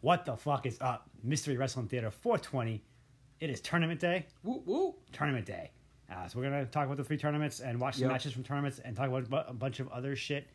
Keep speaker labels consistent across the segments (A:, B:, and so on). A: What the fuck is up? Mystery Wrestling Theater 420. It is tournament day.
B: Woo woo.
A: Tournament day. Uh, so we're gonna talk about the three tournaments and watch the
B: Yep.
A: matches from tournaments and talk about bu- a bunch of other shit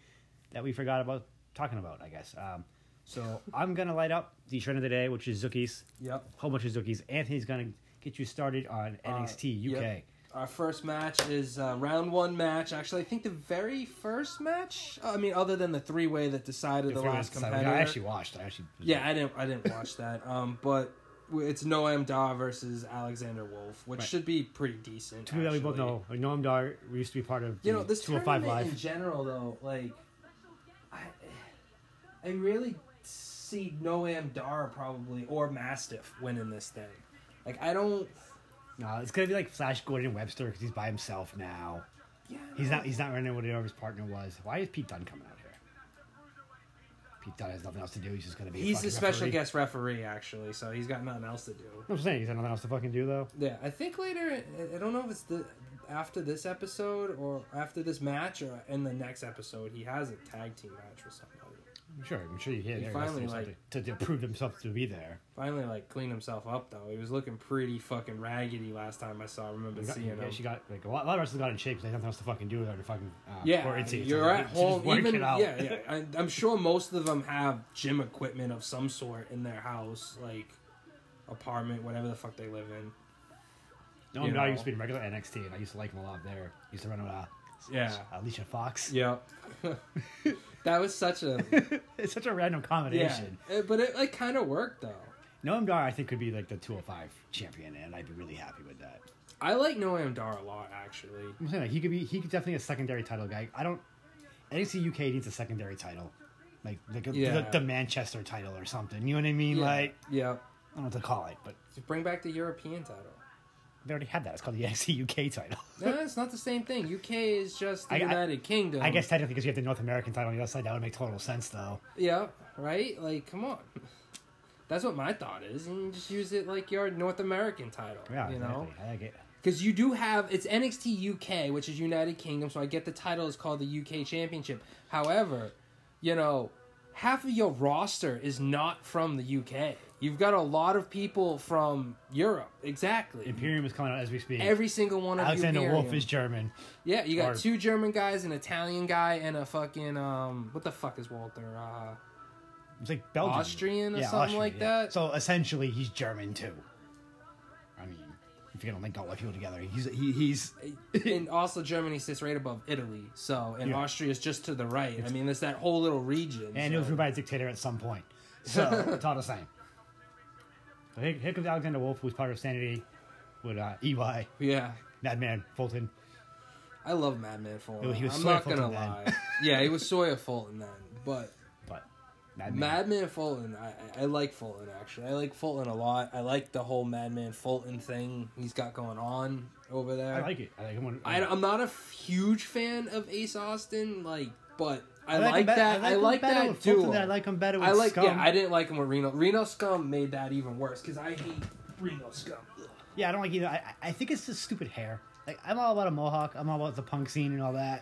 A: that we forgot about talking about. I guess. Um, so I'm gonna light up the trend of the day, which is Zookies.
B: Yep. Uh,
A: Whole bunch of Zookies. Anthony's gonna get you started on NXT UK.
B: yep. Our first match is uh, round one match. Actually, I think the very first match. I mean, other than the three way that decided the,
A: Before I
B: last
A: was- I
B: competitor.
A: actually watched. I actually.
B: yeah, I didn't. I didn't watch that. Um, but it's Noam Dar versus Alexander Wolf, which
A: Right.
B: should be pretty decent.
A: Two that we both
B: actually.
A: know. Like, Noam Dar, we used to be part of the
B: You know, this
A: 205
B: tournament
A: Live.
B: in general, though, like, I, I really see Noam Dar probably or Mastiff winning this thing. Like, I don't.
A: No, it's gonna be like Flash Gordon Webster because he's by himself now.
B: Yeah,
A: He's not. He's not running whatever his partner was. Why is Pete Dunne coming out here? Pete Dunne has nothing else to do. He's just gonna be.
B: He's
A: fucking
B: the special
A: referee.
B: guest referee, actually, so he's got nothing else to do.
A: I'm saying he's got nothing else to fucking do though.
B: Yeah, I think later. I- I don't know if it's the after this episode or after this match or in the next episode. He has a tag team match with somebody.
A: I'm sure. I'm sure you hear.
B: He
A: there has to
B: finally,
A: do something to, to prove himself to be there.
B: Finally, like cleaned himself up though. He was looking pretty fucking raggedy last time I saw. I remember
A: You got-
B: seeing him.
A: yeah, she got like a lot, a lot of wrestlers got in shape. 'cause They had nothing else to fucking do with her to fucking. Uh,
B: Yeah,
A: or it's- it's-
B: you're
A: it's
B: at
A: just
B: home.
A: work
B: Even
A: it
B: yeah,
A: out.
B: yeah. I, I'm sure most of them have gym equipment of some sort in their house, like apartment, whatever the fuck they live in.
A: No,
B: you
A: no, I
B: know.
A: used to be in regular NXT, and I used to like him a lot there. I used to run with uh,
B: Yeah,
A: Alicia Fox.
B: yeah. that was such a
A: It's such a random
B: yeah,
A: combination.
B: It- but it like kind of worked though.
A: Noam Dar, I think, could be like the 205 champion, and I'd be really happy with that.
B: I like Noam Dar a lot actually.
A: I'm saying like he could be he could definitely a secondary title guy. I don't NXT UK needs a secondary title. Like like a,
B: Yeah.
A: the, the Manchester title or something. You know what I mean?
B: Yeah,
A: Like
B: yeah,
A: I don't know what to call it, but
B: Just bring back the European title.
A: they already had that. It's called the NXT UK title.
B: No, it's not the same thing. UK is just the
A: I- I-
B: United Kingdom.
A: I guess technically because you have the North American title on the other side, that would make total sense though.
B: Yeah, right? Like, come on. That's what my thought is. And you just use it like your North American title.
A: Yeah,
B: you know?
A: exactly. I like it.
B: Because you do have, it's NXT UK, which is United Kingdom, so I get the title is called the UK Championship. However, you know, half of your roster is not from the UK. You've got a lot of people from Europe. Exactly.
A: Imperium is coming out as we speak.
B: Every single one of
A: Alexander
B: you.
A: Wolf is German.
B: Yeah, you got
A: Or-
B: two German guys, an Italian guy, and a fucking um, what the fuck is Walter? Uh,
A: It's like Belgian.
B: Austrian or something like that?
A: So essentially he's German too. I mean, if you're gonna link all the people together, he's he, he's
B: and also Germany sits right above Italy. So and
A: Yeah.
B: Austria is just to the right. I mean, it's that whole little region.
A: And
B: so.
A: it was ruled by a dictator at some point. So it's all the same. So here, here comes Alexander Wolf, who's part of Sanity with uh, EY,
B: yeah,
A: Madman, Fulton.
B: I love Madman Fulton.
A: He was
B: I'm
A: Sawyer
B: not gonna
A: Fulton
B: lie. yeah, he was Sawyer Fulton then, but
A: But Madman.
B: Madman Fulton, I, I- I like Fulton actually. I like Fulton a lot. I like the whole Madman Fulton thing he's got going on over there.
A: I like it. I like him. When,
B: I, am not a f- huge fan of Ace Austin, like, but I,
A: him
B: like,
A: bet-
B: that. I
A: him
B: like,
A: better
B: that
A: with Fulton
B: duo.
A: than I like him better with
B: I like.
A: Scum.
B: Yeah, I didn't like him with Reno. Reno Scum made that even worse because I hate Reno Scum. Ugh.
A: Yeah, I don't like either. I, I I think it's just stupid hair. Like I'm all about a mohawk. I'm all about the punk scene and all that.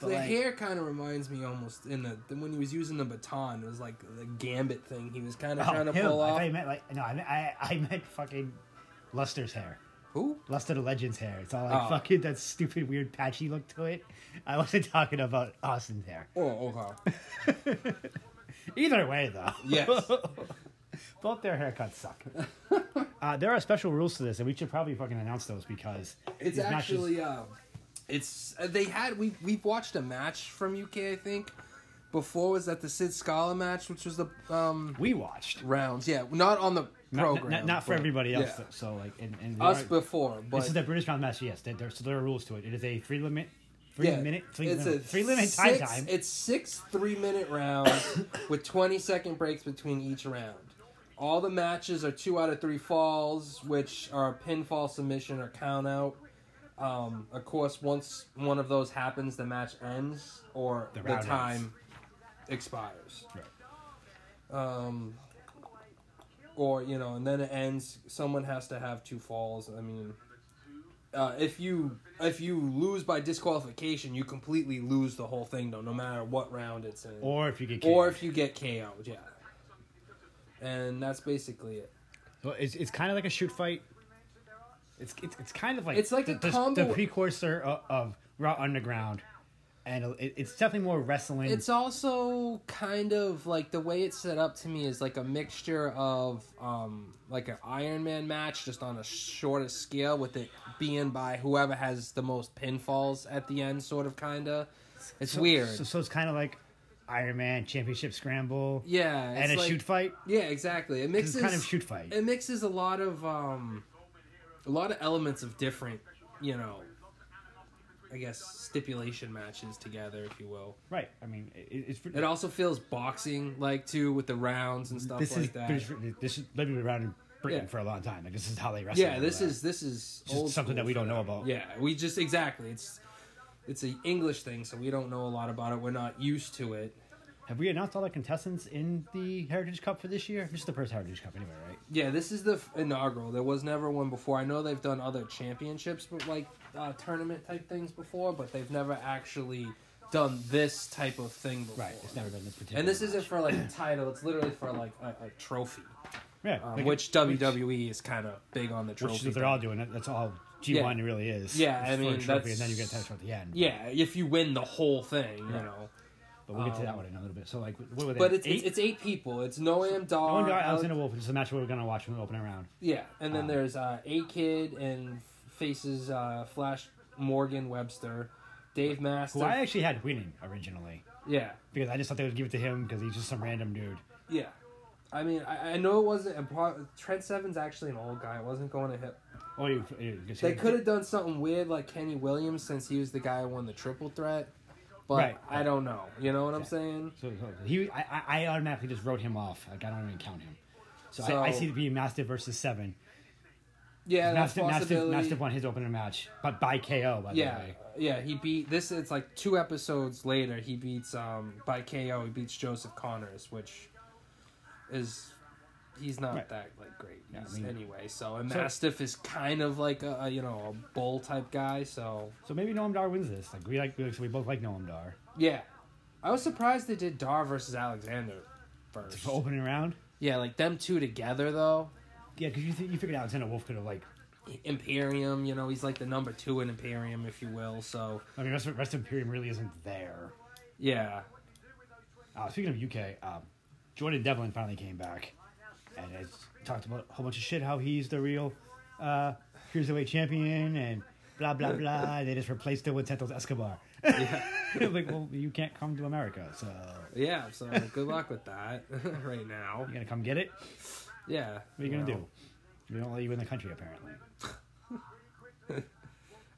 A: But
B: The
A: like,
B: hair kind of reminds me almost in the, the when he was using the baton. It was like the gambit thing he was kind
A: oh,
B: of trying to
A: him.
B: pull
A: I
B: off.
A: thought you meant like no. I meant, I, I meant fucking Luster's hair.
B: Who?
A: Luster the Legend's hair. It's all like
B: Oh.
A: fucking that stupid weird patchy look to it. I wasn't talking about Austin's hair.
B: Oh, okay.
A: Either way, though.
B: Yes.
A: Both their haircuts suck. uh, there are special rules to this, and we should probably fucking announce those because these
B: It's
A: matches-
B: actually uh, it's uh, they had we we've watched a match from UK I think before was that the Sid Scala match which was the um
A: we watched
B: rounds yeah not on the
A: Not-
B: program
A: Not, not for
B: but-
A: everybody else.
B: yeah.
A: though, So like, and, and
B: us
A: there are-
B: before but
A: this is the British round match. Yes, there, there, so there are rules to it. It is a three limit, three
B: yeah,
A: minute, three,
B: it's
A: limit,
B: a
A: three limit time
B: six-
A: time.
B: it's six three minute rounds with 20 second breaks between each round all the matches are two out of three falls which are pinfall submission or count out um, of course once one of those happens the match ends or
A: The
B: the,
A: round
B: time expires um, or you know, and then it ends. Someone has to have two falls. I mean, uh, if you if you lose by disqualification, you completely lose the whole thing, though, no matter what round it's in,
A: Or if you get
B: Or
A: KO'd.
B: if you get KO'd. Yeah. and that's basically it.
A: So it's, it's kind of like a shoot fight. It's it's, it's kind of like
B: It's like
A: the,
B: a
A: the-
B: combo-
A: the precursor of, of Raw Underground, and it, it's definitely more wrestling.
B: It's also kind of like the way it's set up to me is like a mixture of um, like an Iron Man match, just on a shorter scale, with it being by whoever has the most pinfalls at the end, sort of kinda. It's
A: so,
B: weird.
A: So, so it's kind of like Iron Man Championship Scramble
B: yeah,
A: and a
B: it's like-
A: shoot fight.
B: Yeah, exactly. It mixes
A: It's kind of shoot fight.
B: It mixes a lot of um, a lot of elements of different, you know, I guess stipulation matches together, if you will.
A: right. I mean, it, it's
B: It also feels boxing like too with the rounds and stuff
A: this
B: like
A: is
B: that.
A: British, this is they've been around in Britain
B: Yeah.
A: for a long time. Like this is how they wrestle.
B: yeah,
A: and
B: this
A: all that.
B: is this is
A: Just
B: old
A: something
B: school
A: that we
B: for
A: don't know about.
B: Yeah, we just exactly. It's it's an English thing, so we don't know a lot about it. We're not used to it.
A: Have we announced all the contestants in the Heritage Cup for this year? This is the first Heritage Cup, anyway, right?
B: Yeah, this is the f- inaugural. There was never one before. I know they've done other championships, but like uh, tournament type things before, but they've never actually done this type of thing before.
A: Right. It's never been this particular.
B: And this isn't for like a title. It's literally for like a, a trophy,
A: yeah,
B: um,
A: like-
B: which WWE is kind of big on the
A: which
B: trophy.
A: is what they're
B: thing.
A: all doing. That- That's all G one really is.
B: Yeah,
A: It's
B: I
A: for a
B: mean,
A: trophy,
B: that's-
A: and then you get a title shot at the end.
B: yeah, if you win the whole thing, you
A: Yeah.
B: know.
A: but we'll get to that
B: um,
A: one in a little bit. So like, what were they?
B: But it's,
A: eight?
B: it's it's eight people. It's Noam Dar,
A: Owen Dar,
B: Alex-
A: Alexander Wolf. It's the match we we're gonna watch in the opening round.
B: Yeah, and then
A: Um,
B: there's uh, A Kid and faces uh, Flash Morgan Webster, Dave Master.
A: Who I actually had winning originally
B: Yeah,
A: because I just thought they would give it to him because he's just some random dude.
B: yeah. I mean, I, I know it wasn't. a pro- Trent Seven's actually an old guy. It wasn't going to hit.
A: Oh, you, you, you
B: They could have done something weird like Kenny Williams since he was the guy who won the triple threat. But
A: Right.
B: I don't know. You know what I'm
A: Yeah.
B: saying?
A: So, so he, I, I- I automatically just wrote him off. Like I don't even count him. So,
B: So-
A: I, I see it being Mastiff versus Seven.
B: Yeah, that's
A: Mastiff, Mastiff,
B: possibility.
A: Mastiff won his opening match, but by KO. By
B: yeah,
A: the way,
B: yeah. He beat this. It's like two episodes later. He beats um by KO. He beats Joseph Connors, which is he's not
A: Right.
B: that like great.
A: Yeah, I
B: He's-
A: mean-
B: anyway, so and
A: So-
B: Mastiff is kind of like a, a, you know a bull type guy. So
A: so maybe Noam Dar wins this. Like we like, we, like- so we both like Noam Dar.
B: yeah, I was surprised they did Dar versus Alexander first.
A: For opening round,
B: Yeah, like them two together though.
A: yeah, because you th- you figured Alexander Wolf could have like,
B: Imperium, you know, he's like the number two in Imperium, if you will. So
A: I mean, rest of, rest of Imperium really isn't there.
B: yeah,
A: Uh, speaking of UK, um, Jordan Devlin finally came back, and has talked about a whole bunch of shit. How he's the real uh, cruiserweight champion, and blah blah blah. and they just replaced him with Santos Escobar. like, well, you can't come to America, so
B: yeah. So good luck with that right now.
A: you gonna come get it.
B: Yeah.
A: What are you gonna
B: well,
A: do? We don't let you in the country, apparently.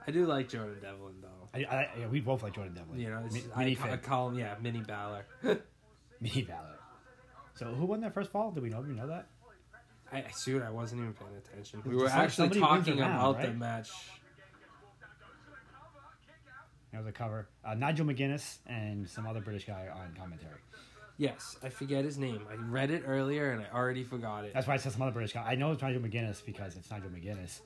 B: I do like Jordan Devlin though.
A: I, I, yeah, we both like Jordan Devlin.
B: You know, it's,
A: Mi-
B: I,
A: mini
B: ca- I
A: Finn.
B: call him yeah, Mini Balor.
A: mini Valor. So, who won that first fall? Do we know? Do we know that?
B: I shoot, I wasn't even paying attention. We were
A: Somebody-
B: actually
A: somebody wins
B: talking
A: a round,
B: about the
A: right?
B: match.
A: That was a cover. Uh, Nigel McGuinness and some other British guy on commentary.
B: Yes, I forget his name. I read it earlier and I already forgot it.
A: That's why I said some other British guy. I know it's Nigel McGuinness because it's Nigel McGuinness,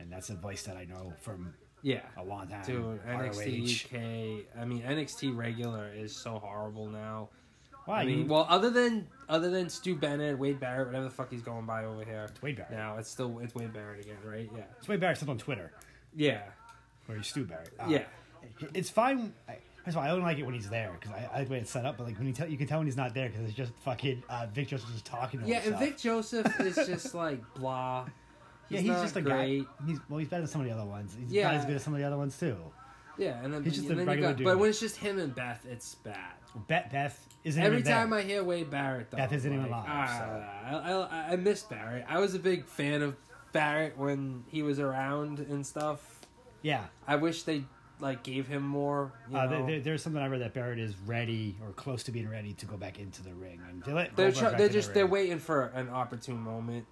A: and that's a voice that I know from
B: yeah.
A: a long time.
B: Dude, NXT
A: ROH.
B: UK. I mean, NXT regular is so horrible now.
A: Why?
B: I mean,
A: you,
B: well, other than other than Stu Bennett, Wade Barrett, whatever the fuck he's going by over here.
A: it's Wade Barrett.
B: Now it's still it's Wade Barrett again, right? Yeah.
A: It's Wade Barrett. Except on Twitter,
B: Yeah.
A: where he's Stu Barrett. Uh,
B: Yeah.
A: It's fine. I, first of all, I don't like it when he's there because I, I like the way it's set up. But like when you tell, you can tell when he's not there because it's just fucking uh, Vic Joseph just talking to
B: Yeah, and
A: himself.
B: Vic Joseph is just like blah.
A: yeah, he's
B: not
A: just a
B: great.
A: guy. He's well, he's better than some of the other ones. He's
B: Yeah.
A: not as good as some of the other ones too.
B: Yeah, and then,
A: He's just
B: and
A: a
B: then you
A: regular
B: got-
A: dude.
B: But when it's just him and Beth, it's bad.
A: Beth, Beth isn't
B: Every
A: even there.
B: time I hear Wade Barrett, though,
A: Beth isn't
B: I'm
A: even
B: like,
A: alive,
B: "Ah, I, I, I miss Barrett. I was a big fan of Barrett when he was around and stuff.
A: yeah.
B: I wish they like gave him more. You
A: Uh,
B: know?
A: there, there, there's something I read that Barrett is ready or close to being ready to go back into the ring, and they let
B: they're
A: Goldberg
B: try-
A: back
B: they're
A: in the
B: just they're
A: ring.
B: waiting for an opportune moment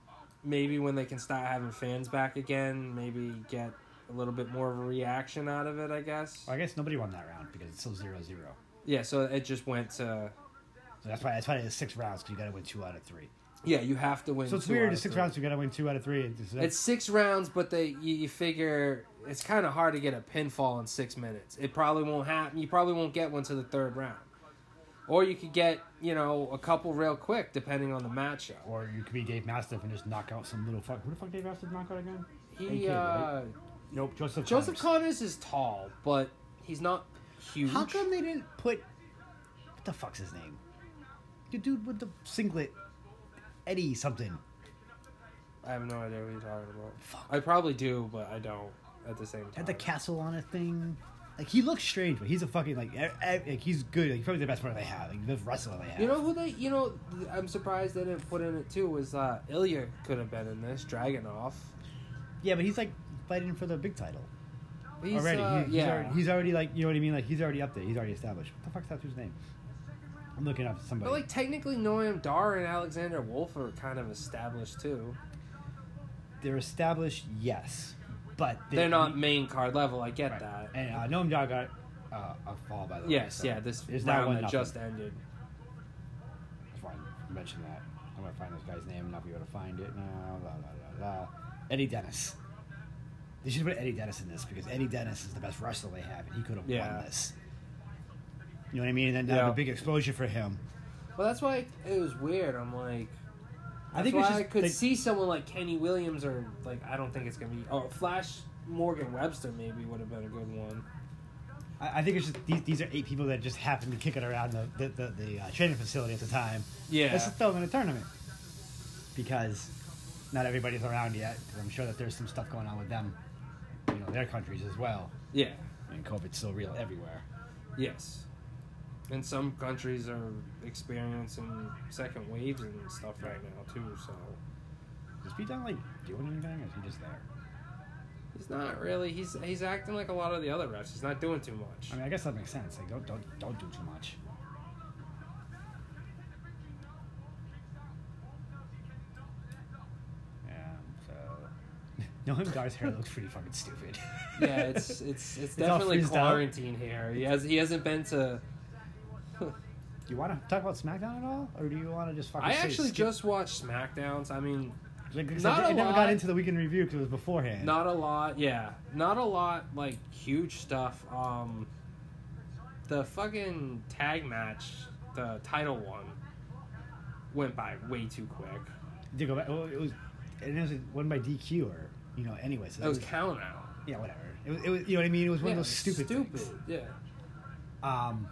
B: maybe when they can start having fans back again maybe get a little bit more of a reaction out of it i guess
A: Well, I guess nobody won that round because it's still 0 0.
B: yeah so it just went to
A: So that's why that's why it's six rounds because you got to win two out of three.
B: yeah you have to win
A: So it's
B: two out
A: weird.
B: of
A: It's six
B: three.
A: rounds. You got to win two out of three. and just-
B: it's six rounds but they you, you figure it's kind of hard to get a pinfall in six minutes it probably won't happen you probably won't get one to the third round or you could get you know a couple real quick depending on the matchup.
A: Or you could be Dave Mastiff and just knock out some little fuck. Who the fuck Dave Mastiff knock out again?
B: He
A: AK,
B: uh,
A: right? Nope, Joseph.
B: Joseph
A: Connors.
B: Connors is tall, but he's not huge.
A: How come they didn't put what the fuck's his name? The dude with the singlet, Eddie something.
B: I have no idea what you're talking about.
A: Fuck.
B: I probably do, but I don't at the same time.
A: Had the castle on a thing. Like he looks strange, but he's a fucking like, e- e- like he's good. Like probably the best player they have. Like the best wrestler they have.
B: You know who they? You know, th- I'm surprised they didn't put in it too. Was uh, Ilya could have been in this Dragonoff?
A: Yeah, but he's like fighting for the big title
B: He's,
A: already.
B: uh,
A: He- he's,
B: yeah.
A: already he's already like you know what I mean. Like he's already up there. He's already established. What the fuck's that dude's name? I'm looking up somebody.
B: but like technically, Noam Dar and Alexander Wolf are kind of established too.
A: They're established, yes, but they,
B: They're not main card level. I get
A: Right.
B: that.
A: And uh, Noam Dar got uh, a fall by the way.
B: yes,
A: so
B: yeah. This
A: there's not
B: round
A: one
B: that
A: nothing.
B: just ended.
A: If I mention that, I'm gonna find this guy's name and I'll be able to find it now. La la la la. Eddie Dennis. They should have put Eddie Dennis in this because Eddie Dennis is the best wrestler they have, and he could have
B: Yeah.
A: won this. You know what I mean? And then that'd
B: Yeah.
A: be a big exposure for him.
B: Well, that's why it was weird. I'm like,
A: I
B: I
A: think
B: think
A: it's
B: I
A: just-
B: could
A: they-
B: see someone like Kenny Williams or like I don't think it's gonna be. Oh, Flash Morgan Webster maybe would have been a good one.
A: I, I think it's just these, these are eight people that just happened to kick it around the the, the, the uh, training facility at the time.
B: Yeah.
A: let's just throw them in a tournament because not everybody's around yet. 'cause I'm sure that there's some stuff going on with them, you know, their countries as well.
B: Yeah.
A: And COVID's still real everywhere.
B: Yes. And some countries are experiencing second waves and stuff right now too. So
A: Is Pete Dunne like doing anything, or is he just there?
B: he's not really. He's he's acting like a lot of the other refs. He's not doing too much.
A: I mean, I guess that makes sense. Like, don't don't don't do too much. Yeah. So, no, him Dar's hair looks pretty fucking stupid.
B: yeah, it's it's it's
A: all
B: definitely
A: freezed out.
B: quarantine here. He has he hasn't been to.
A: Do you want to talk about SmackDown at all, or do you want to just fucking?
B: I
A: say-
B: actually
A: skip-
B: just watched SmackDowns. I mean,
A: like, 'cause
B: not
A: I, I
B: a
A: never
B: lot.
A: got into the weekend review because it was beforehand.
B: Not a lot, yeah. Not a lot like huge stuff. Um the fucking tag match, the title one went by way too quick.
A: Did go back. Well, it was, and it was one by DQ or you know. Anyway, so
B: That was count out.
A: yeah, whatever. It was, it was, you know what I mean. It was one
B: yeah,
A: of those stupid,
B: stupid.
A: things.
B: Yeah.
A: Um,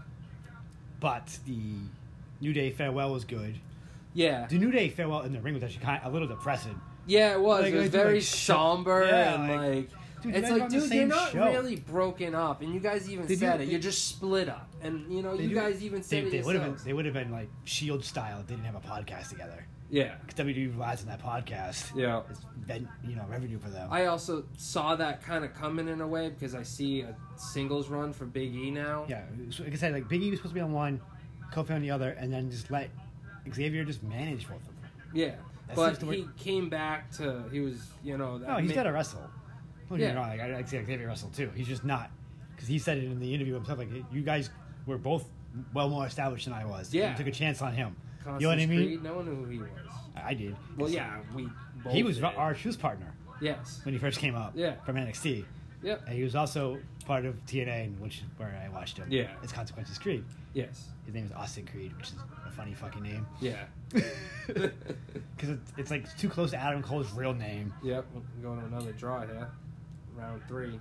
A: but the New Day farewell was good.
B: Yeah.
A: The New Day farewell in the ring was actually kind of a little depressing.
B: Yeah, it was.
A: Like,
B: it was
A: like,
B: very
A: like, sh-
B: somber
A: yeah,
B: and
A: like,
B: like,
A: dude, you
B: it's
A: guys are
B: like,
A: on the
B: dude, you're
A: same
B: not
A: show.
B: really broken up, and you guys even
A: They do-
B: said it.
A: they-
B: You're just split up, and you know,
A: They
B: you
A: do-
B: guys even
A: They,
B: said it
A: they would have been
B: yourselves.
A: they would have been like Shield E style if they didn't have a podcast together.
B: yeah,
A: Because WWE relies on that podcast.
B: yeah.
A: It's been you know revenue for them.
B: I also saw that kind of coming in a way because I see a singles run for Big E now.
A: yeah, so like I said, like Big E was supposed to be on one, Kofi on the other, and then just let Xavier just manage both of them.
B: Yeah.
A: That seems
B: But
A: to
B: he
A: work.
B: came back to he was you know that
A: No, Oh, he's
B: ma-
A: got to wrestle. Don't get me
B: Yeah.
A: wrong, like, I, I see Xavier Russell too. He's just not because he said it in the interview himself. Like you guys were both well more established than I was.
B: Yeah.
A: you took a chance on him.
B: Constance
A: you know what I mean?
B: Creed, no one knew who he was.
A: I I did.
B: Well, yeah, we both
A: he was
B: did.
A: our shoes partner
B: yes,
A: when he first came up.
B: Yeah.
A: from NXT.
B: yep,
A: And he was also part of TNA, which is where I watched him.
B: Yeah.
A: It's Consequences Creed.
B: yes,
A: His name is Austin Creed, which is a funny fucking name.
B: yeah,
A: Because it's, it's like too close to Adam Cole's real name.
B: yep. We're going to another draw here, round three.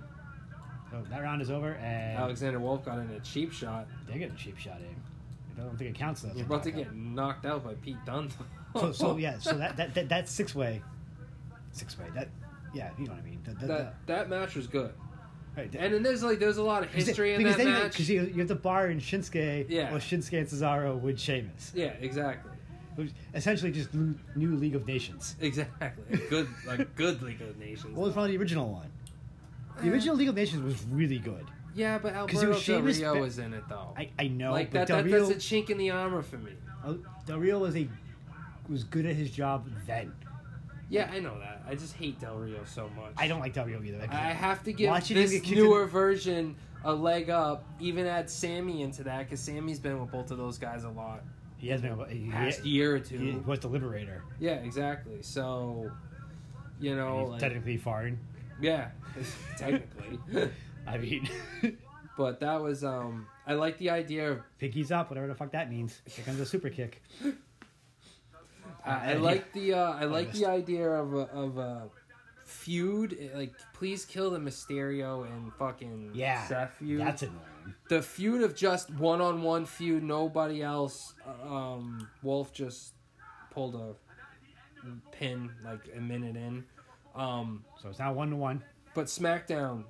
A: So that round is over, and
B: Alexander Wolf got in a cheap shot,
A: they're getting a cheap shot in. I don't think it counts though.
B: He's about to get knocked out by Pete Dunne.
A: So, so yeah, so that, that, that that's six way. Six way. That, yeah, you know what I mean. The, the,
B: that that match was good,
A: the, right, the-
B: and then there's like there's a lot of
A: because they-
B: history in
A: because
B: that
A: they-
B: match.
A: Because you, you have the bar in Shinsuke,
B: Yeah.
A: well, Shinsuke and Cesaro with Sheamus.
B: Yeah, exactly.
A: Which essentially just new, new League of Nations.
B: Exactly. A good like good League of Nations.
A: What was probably the original one?
B: Eh.
A: The original League of Nations was really good.
B: Yeah, but
A: it
B: Alberto
A: was
B: Del
A: Sheamus
B: Rio
A: ba-
B: was in it though.
A: I, I know,
B: like
A: but
B: that,
A: Del
B: that
A: Rio,
B: that's a chink in the armor for me.
A: Del Rio was a was good at his job then.
B: Yeah, I know that. I just hate Del Rio so much.
A: I don't like Del Rio either.
B: I have to give
A: Watching him
B: this
A: get kicked
B: newer
A: in-
B: version a leg up. Even add Sammy into that because Sammy's been with both of those guys a lot
A: He has been. He,
B: past
A: he,
B: year or
A: he
B: two.
A: was the Liberator.
B: Yeah, exactly. So, you know,
A: He's
B: Oh, like,
A: technically foreign.
B: yeah, technically.
A: I mean,
B: But that was um I like the idea of
A: Pinkies up, whatever the fuck that means. Here comes a super kick.
B: I, I
A: Uh,
B: like the uh, I like
A: missed
B: the idea of a, of a feud eh, like please kill the Mysterio and fucking
A: Yeah,
B: Seth feud.
A: That's annoying.
B: the feud of just one on one feud, nobody else. Um, Wolf just pulled a pin like a minute in. Um,
A: So it's not one to one.
B: but SmackDown,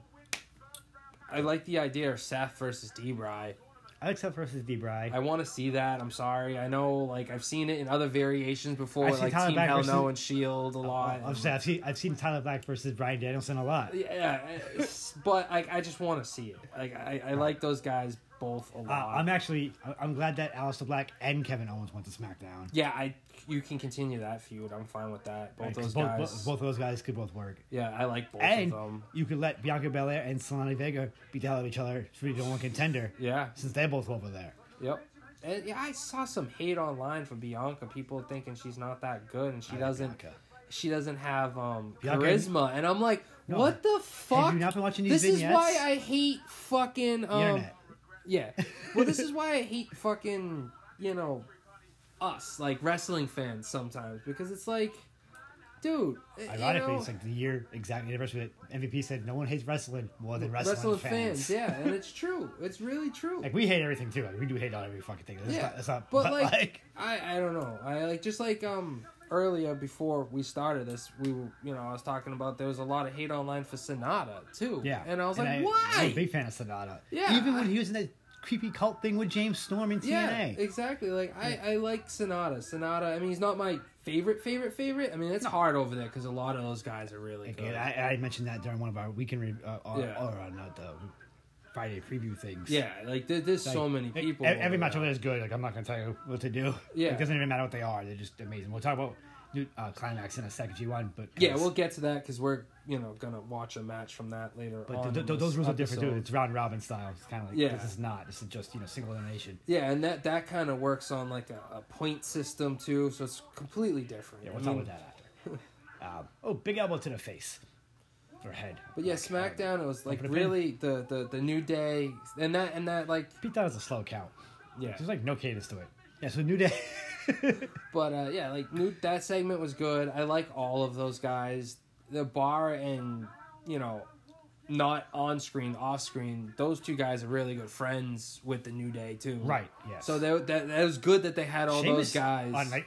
B: I like the idea of Seth versus Debray.
A: I like Seth versus D. Bry.
B: I want to see that. I'm sorry. I know, like I've seen it in other variations before,
A: I've seen
B: like
A: Tyler
B: Team
A: Black
B: Hell No
A: versus- Oh,
B: and Shield E a lot.
A: I've, seen- I've seen, I've seen Tyler Black versus Brian Danielson a lot.
B: Yeah, it's- but I, I just want to see it. Like I, I like those guys both a
A: Uh,
B: lot.
A: I'm actually I- I'm glad that Alistair Black and Kevin Owens went to SmackDown.
B: yeah, I you can continue that feud. I'm fine with that. Both
A: Right, 'cause
B: those
A: both,
B: guys.
A: both, both of those guys could both work.
B: Yeah, I like both
A: and
B: of them.
A: you could let Bianca Belair and Selena Vega beat the hell out of each other for the number one contender.
B: Yeah.
A: Since they're both over there.
B: Yep. And yeah, I saw some hate online for Bianca. People thinking she's not that good and she
A: like
B: doesn't.
A: Bianca.
B: She doesn't have um,
A: Bianca-
B: charisma, and I'm like,
A: No.
B: what the fuck?
A: you not been watching these
B: this is
A: vignettes?
B: why I hate fucking um,
A: Internet.
B: Yeah. Well, this is why I hate fucking, you know, us, like wrestling fans sometimes, because it's like, dude. eh, you
A: Ironically,
B: know,
A: it's like the year exact anniversary that MVP said no one hates wrestling more than wrestling, fans.
B: yeah, and it's true. It's really true.
A: Like we hate everything too. Like we do hate on every fucking thing. That's
B: Yeah,
A: not, that's not,
B: but, like, I, I don't know. I like just like um earlier before we started this, we were you know I was talking about there was a lot of hate online for Sonata too.
A: yeah.
B: and I was like,
A: I'm a
B: why?
A: big fan of Sonata.
B: Yeah,
A: Even when
B: I-
A: he was in that creepy cult thing with James Storm in TNA.
B: Yeah, exactly. Like I, I like Sonata. Sonata. I mean, he's not my favorite, favorite, favorite. I mean, it's hard over there because a lot of those guys are really
A: Again,
B: good.
A: I, I mentioned that during one of our weekend re- uh, or,
B: Yeah.
A: or on uh, the Friday preview things.
B: yeah, like there, there's
A: Like,
B: so many
A: e-
B: people.
A: e- Every
B: over
A: match over
B: there.
A: there is good. Like I'm not gonna tell you what to do.
B: Yeah.
A: it doesn't even matter what they are. They're just amazing. We'll talk about uh, climax in a second. G one, but
B: Yeah, we'll get to that because we're you know gonna watch a match from that later.
A: But
B: on
A: th- th-
B: in
A: th- those
B: this
A: rules are different too.
B: episode.
A: It's round robin style. It's kind of like
B: Yeah.
A: this is not. This is just you know single elimination.
B: Yeah, and that that kind of works on like a, a point system too, so it's completely different.
A: Yeah,
B: I
A: we'll
B: mean,
A: talk about that after. um, oh, big elbow to the face or head.
B: But yeah,
A: Like,
B: SmackDown it was like
A: Open a pin.
B: really the, the the new day and that and that like
A: Pete Dunne is a slow count.
B: yeah.
A: There's like no cadence to it. Yeah, so New Day.
B: But uh, yeah, like new, that segment was good. I like all of those guys. The bar and you know, not on screen, off screen. Those two guys are really good friends with the New Day too.
A: Right, yes.
B: So that that, that was good that they had all those
A: Sheamus
B: guys.
A: On like,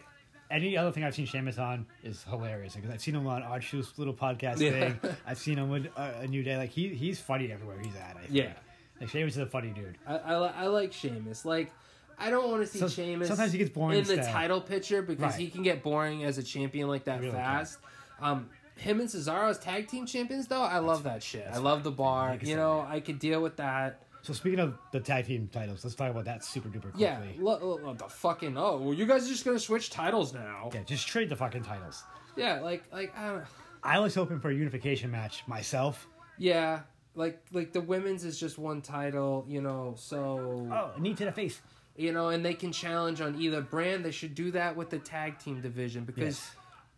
A: any other thing I've seen Sheamus on is hilarious because I've seen him on Odd Shoes little podcast
B: Yeah.
A: thing. I've seen him with uh, a New Day. Like he he's funny everywhere he's at. I think.
B: Yeah.
A: like Sheamus is a funny dude.
B: I, I, li- I like Sheamus. Like I don't want to see
A: So-
B: Sheamus.
A: sometimes he gets boring
B: in the
A: instead.
B: title picture because
A: Right.
B: he can get boring as a champion like that
A: Really can.
B: fast. Um, him and Cesaro as tag team champions though, I love that shit. I love the bar.
A: You can
B: You
A: say
B: know, I could deal with that.
A: So speaking of the tag team titles, let's talk about that super duper quickly.
B: Yeah, lo- lo- lo- the fucking oh, well, you guys are just gonna switch titles now. Yeah,
A: Yeah, just trade the fucking titles.
B: like like I don't,
A: I was hoping for a unification match myself.
B: yeah, like like the women's is just one title, you know. So
A: Oh, a knee to the face.
B: you know, and they can challenge on either brand. They should do that with the tag team division because
A: Yes.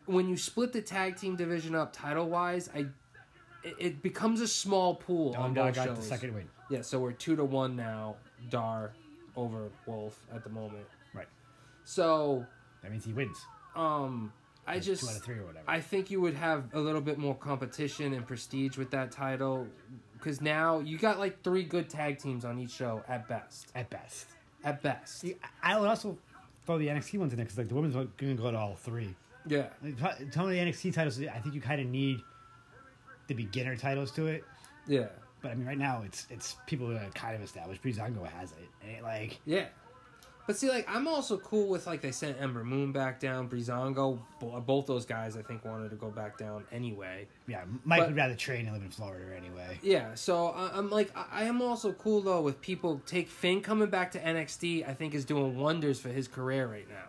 B: when you split the tag team division up title wise, I it, it becomes a small pool on
A: Dar
B: both
A: uh, got
B: shows.
A: the second win.
B: Yeah, so we're two to one now. Dar over Wolf at the moment.
A: Right.
B: So
A: That means he wins.
B: um I just
A: out of three or whatever.
B: I think you would have a little bit more competition and prestige with that title because now you got like three good tag teams on each show at best.
A: At best.
B: At best.
A: I- I would also throw the NXT ones in there because like the women's going to go to all three.
B: Yeah.
A: Like, t- Some of the NXT titles, I think you kind of need the beginner titles to it.
B: Yeah.
A: But I mean, right now it's it's people that are kind of established. Breezango has it, and it like
B: Yeah. But see, like, I'm also cool with, like, they sent Ember Moon back down, Brizongo. Bo- both those guys, I think, wanted to go back down anyway.
A: yeah, Mike
B: But-
A: would rather train and live in Florida anyway.
B: Yeah, so I- I'm like, I, I am also cool, though, with people take Finn coming back to NXT, I think is doing wonders for his career right now.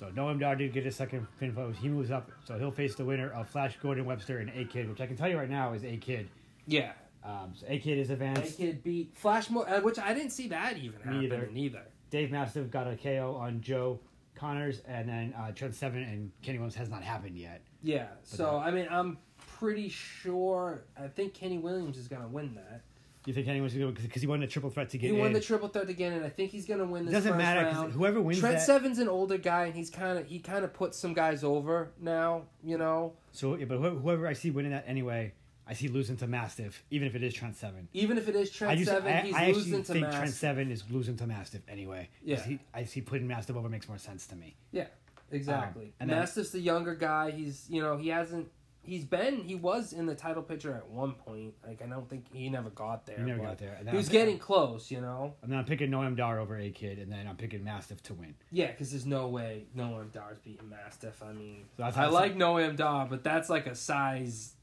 A: So Noam Dar did get his second pinfall. He moves up, so he'll face the winner of Flash Gordon Webster and A Kid, which I can tell you right now is A Kid.
B: Yeah.
A: Um, so A Kid is
B: They
A: advanced.
B: could beat Flash Mo- uh, which I didn't see that even
A: Me either.
B: happening either.
A: Dave Mastiff got a KO on Joe Connors, and then uh, Trent Seven and Kenny Williams has not happened yet.
B: Yeah, so, I mean, I'm pretty sure, I think Kenny Williams is going to win that.
A: Do you think anyone's going to because he won the triple threat to get
B: He
A: in?
B: won the triple threat again, and I think he's gonna win
A: it
B: this.
A: doesn't
B: first
A: matter
B: round.
A: because whoever wins
B: Trent
A: that.
B: Seven's an older guy, and he's kind of he kind of puts some guys over now. You know,
A: So, yeah, but whoever, whoever I see winning that anyway, I see losing to Mastiff, even if it is Trent Seven.
B: even if it is Trent
A: I just,
B: Seven,
A: I,
B: he's
A: I actually
B: losing to
A: think
B: Mass.
A: Trent Seven is losing to Mastiff anyway. 'Cause
B: Yeah.
A: he, I see putting Mastiff over makes more sense to me.
B: Yeah, exactly.
A: um, and then-
B: Mastiff's the younger guy. He's you know he hasn't. He's been he was in the title picture at one point. Like I don't think he never got there.
A: He never
B: but
A: got there. And then
B: He was
A: I'm-
B: getting close, you know.
A: And then I'm picking Noam Dar over A Kid, and then I'm picking Mastiff to win.
B: Yeah, because there's no way Noam Dar's beating Mastiff. I mean,
A: So that's-
B: I like Noam Dar, but that's like a size,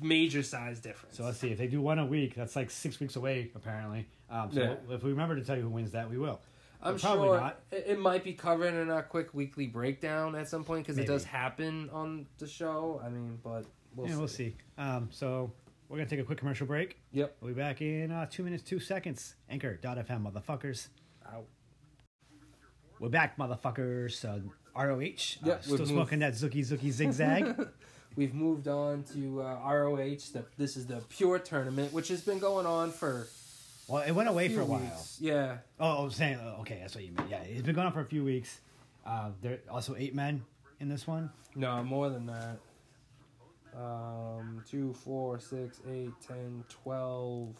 B: major size difference.
A: So let's see if they do one a week. That's like six weeks away, apparently. Um, so
B: Yeah.
A: if we remember to tell you who wins that, we will.
B: I'm
A: But probably
B: sure
A: not.
B: it it might be covered in our quick weekly breakdown at some point because it
A: Maybe.
B: does happen on the show. I mean, but we'll
A: yeah,
B: see.
A: we'll see. Um, so we're gonna take a quick commercial break.
B: Yep.
A: We'll be back in uh, two minutes, two seconds. Anchor.fm, motherfuckers.
B: Ow.
A: We're back, motherfuckers. Uh, ROH. Uh,
B: Yep, we've
A: still
B: moved.
A: smoking that Zookie Zookie Zigzag.
B: We've moved on to uh, ROH. The, this is the Pure tournament, which has been going on for
A: well, it went away for
B: few
A: a while.
B: weeks. Yeah,
A: Oh, I was saying, oh, okay, that's what you mean. Yeah, it's been going on for a few weeks. Uh, there are also eight men in this one.
B: no, more than that. Um, 2, four, six, eight, 10, 12,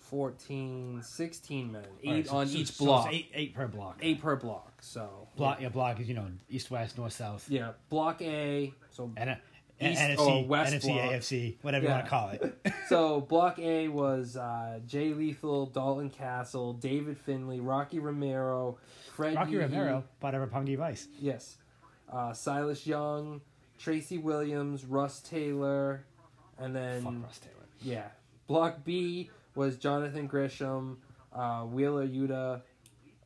B: 14, 16 men. 8
A: All right, so-
B: on
A: so- so
B: each
A: it's
B: block. eight.
A: eight, eight per block.
B: per block. So,
A: block. Yeah, block is you know east, west, north, south.
B: yeah, block A. So,
A: And, uh,
B: East
A: NFC,
B: or west
A: NFC,
B: block.
A: AFC, whatever you
B: Yeah.
A: want to call it.
B: So block A was uh, Jay Lethal, Dalton Castle, David Finley, Rocky Romero, Fred
A: Rocky
B: Yeehee-
A: Romero bought a Rapungi Vice.
B: yes, uh, Silas Young, Tracy Williams, Russ Taylor, and then
A: Fuck Ross Taylor.
B: yeah, block B was Jonathan Grisham, uh, Wheeler Yuta.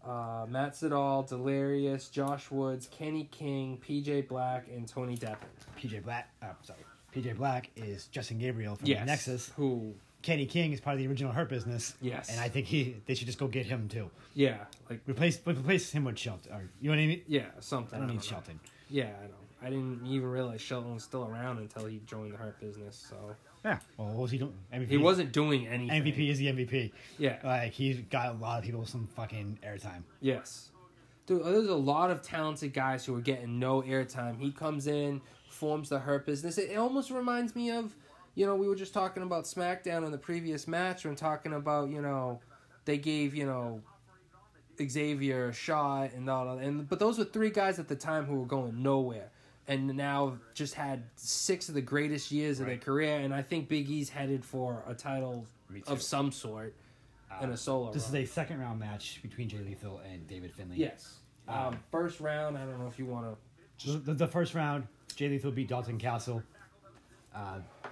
B: Uh, Matt Siddall, Delirious, Josh Woods, Kenny King, PJ Black, and Tony Deppen.
A: PJ Black. Oh, sorry. PJ Black is Justin Gabriel from
B: Yes.
A: Nexus.
B: Who?
A: Kenny King is part of the original Hurt Business.
B: Yes.
A: And I think he they should just go get him too.
B: Yeah, like
A: Replace replace him with Shelton. Or, you know what I mean?
B: yeah, something.
A: I don't
B: I
A: need
B: don't know.
A: Shelton.
B: Yeah, I know. I didn't even realize Shelton was still around until he joined the Hurt business. So
A: Yeah. Well, what was he doing? MVP.
B: he wasn't doing anything.
A: MVP is the MVP.
B: Yeah.
A: Like he's got a lot of people some fucking airtime.
B: Yes. Dude, there's a lot of talented guys who are getting no airtime. He comes in, forms the Hurt business. It, it almost reminds me of, you know, we were just talking about SmackDown in the previous match when talking about, you know, they gave, you know, Xavier a shot and all that. And but those were three guys at the time who were going nowhere. And now just had six of the greatest years of their
A: Right.
B: career, and I think Big E's headed for a title
A: Me too.
B: of some sort in a solo.
A: This
B: run.
A: is a second round match between Jay Lethal and David Finley.
B: Yes. Um, first round, I don't know if you want to.
A: The, the- the first round, Jay Lethal beat Dalton Castle.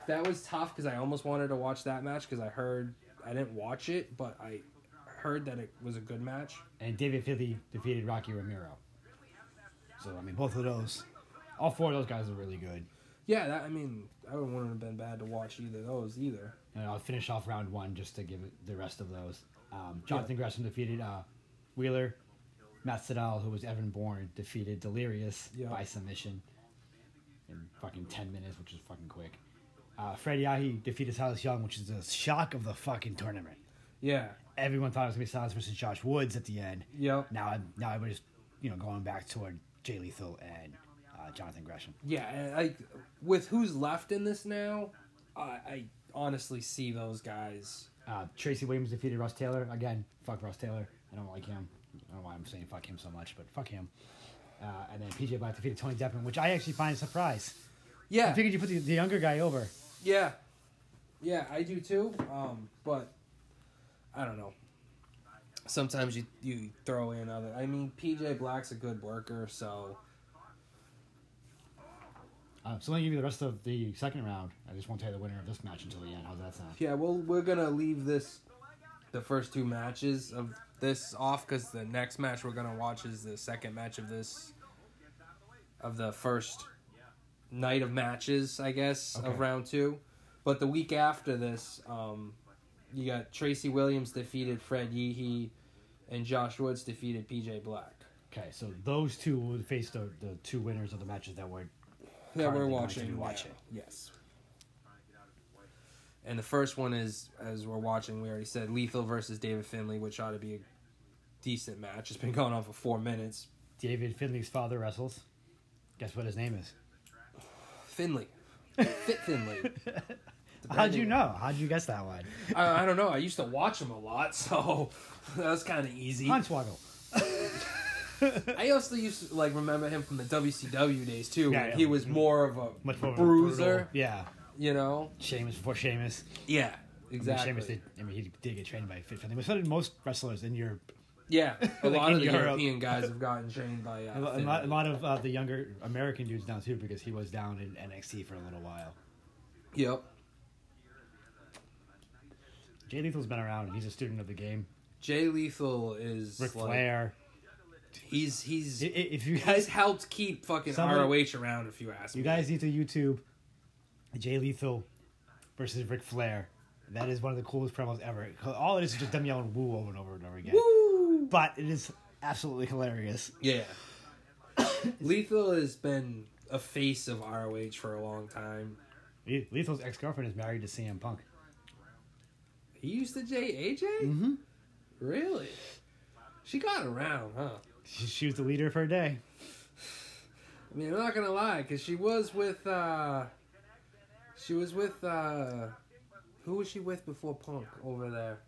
B: That was tough because I almost wanted to watch that match because I heard I didn't watch it, but I heard that it was a good match.
A: and David Finley defeated Rocky Romero. So I mean, both of those, all four of those guys are really good.
B: Yeah, that, I mean, I wouldn't have been bad to watch either of those either.
A: And I'll finish off round one just to give it the rest of those. Um, Jonathan Gresham defeated uh, Wheeler. Matt Siddall, who was Evan Bourne, defeated Delirious
B: Yeah.
A: by submission in fucking 10 minutes, which is fucking quick. Uh, Fred Yahi defeated Silas Young, which is the shock of the fucking tournament.
B: Yeah.
A: Everyone thought it was going to be Silas versus Josh Woods at the end.
B: Yep.
A: Now, I'm, now everybody's, you know, going back toward Jay Lethal and uh, Jonathan Gresham.
B: Yeah, and, like with who's left in this now, I, I honestly see those guys.
A: Uh, Tracy Williams defeated Russ Taylor. Again, fuck Russ Taylor. I don't like him. I don't know why I'm saying fuck him so much, but fuck him. Uh, and then PJ Black defeated Tony Deppin, which I actually find a surprise. I
B: Yeah,
A: figured you put the, the younger guy over.
B: yeah, yeah. I do too. Um, but I don't know. Sometimes you you throw in other. I mean, PJ Black's a good worker, so
A: Uh, so let me give you the rest of the second round. I just won't tell you the winner of this match until the end. How's that sound?
B: Yeah, well, we're gonna leave this, the first two matches of this off because the next match we're gonna watch is the second match of this, of the first night of matches, I guess,
A: Okay.
B: of round two. But the week after this, um, you got Tracy Williams defeated Fred Yeehee, and Josh Woods defeated PJ Black.
A: Okay, so those two will face the, the two winners of the matches that were
B: That
A: Currently
B: we're
A: going to
B: watching.
A: be
B: now.
A: watching.
B: Yes. And the first one is, as we're watching, we already said Lethal versus David Finley, which ought to be a decent match. It's been going on for four minutes.
A: David Finley's father wrestles. Guess what his name is?
B: Finley, Fit Finley.
A: How'd you know? How'd you guess that one?
B: I, I don't know. I used to watch him a lot, so that was kind of easy.
A: Hornswoggle.
B: I also used to like remember him from the WCW days
A: Yeah,
B: too. when
A: yeah. Mm-hmm.
B: He was more of a
A: Much more of a
B: bruiser,
A: brutal- Yeah.
B: you know.
A: Sheamus before Sheamus.
B: Yeah,
A: Exactly. I mean, Sheamus
B: exactly.
A: did, I mean, he did get trained by Fit Finley. But so did most wrestlers in Europe.
B: Yeah, a
A: Like
B: lot
A: in
B: of the
A: Europe.
B: European guys have gotten trained by. Uh,
A: A lo- a
B: Finley.
A: lot, a lot of uh, the younger American dudes now too, because he was down in NXT for a little while.
B: Yep.
A: Jay Lethal's been around. and He's a student of the game.
B: Jay Lethal is
A: Ric
B: like,
A: Flair.
B: He's he's
A: I- i- If you
B: he's
A: guys,
B: helped keep fucking
A: Somebody-
B: ROH around. If you ask
A: you
B: me,
A: guys need to YouTube Jay Lethal versus Ric Flair. That is one of the coolest promos ever. All it is is just them yelling "woo" over and over and over again.
B: Woo!
A: But it is absolutely hilarious.
B: Yeah. Lethal has been a face of ROH for a long time.
A: Le- Lethal's ex-girlfriend is married to CM Punk.
B: He used to J AJ?
A: Mhm.
B: Really? She got around, huh?
A: She, she was the leader of her day.
B: I mean, I'm not gonna lie, because she was with, uh. She was with, uh. Who was she with before Punk over there?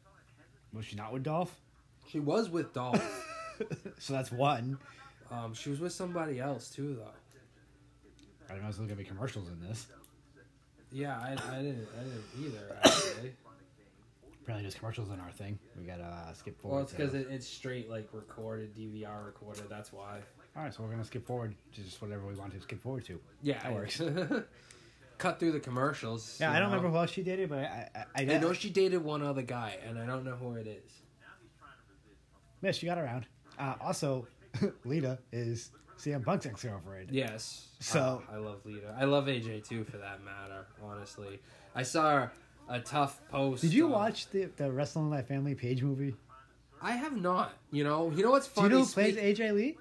A: Was she not with Dolph?
B: She was with Dolph.
A: so that's one.
B: um, she was with somebody else, too, though.
A: I don't know. There's gonna be commercials in this.
B: Yeah, I, I didn't I didn't either, actually.
A: Apparently, there's commercials in our thing. We gotta uh, skip forward.
B: well, it's because
A: to-
B: it, it's straight, like, recorded, DVR recorded, that's why.
A: All right, so we're gonna skip forward to just whatever we want to skip forward to.
B: Yeah,
A: That works.
B: Cut through the commercials.
A: Yeah,
B: you
A: I don't
B: know.
A: remember who else she dated, but I I, I,
B: I know she dated one other guy, and I don't know who it is.
A: yeah, she got around. Uh, also, Lita is CM Punk's ex-girlfriend.
B: Yes.
A: So-
B: Oh, I love Lita. I love AJ too, for that matter. Honestly, I saw a tough post.
A: Did you
B: on-
A: watch the the Wrestling Life Family Page movie?
B: I have not. You know. You know what's
A: Do you
B: funny?
A: know who
B: Speak-
A: plays AJ Lee?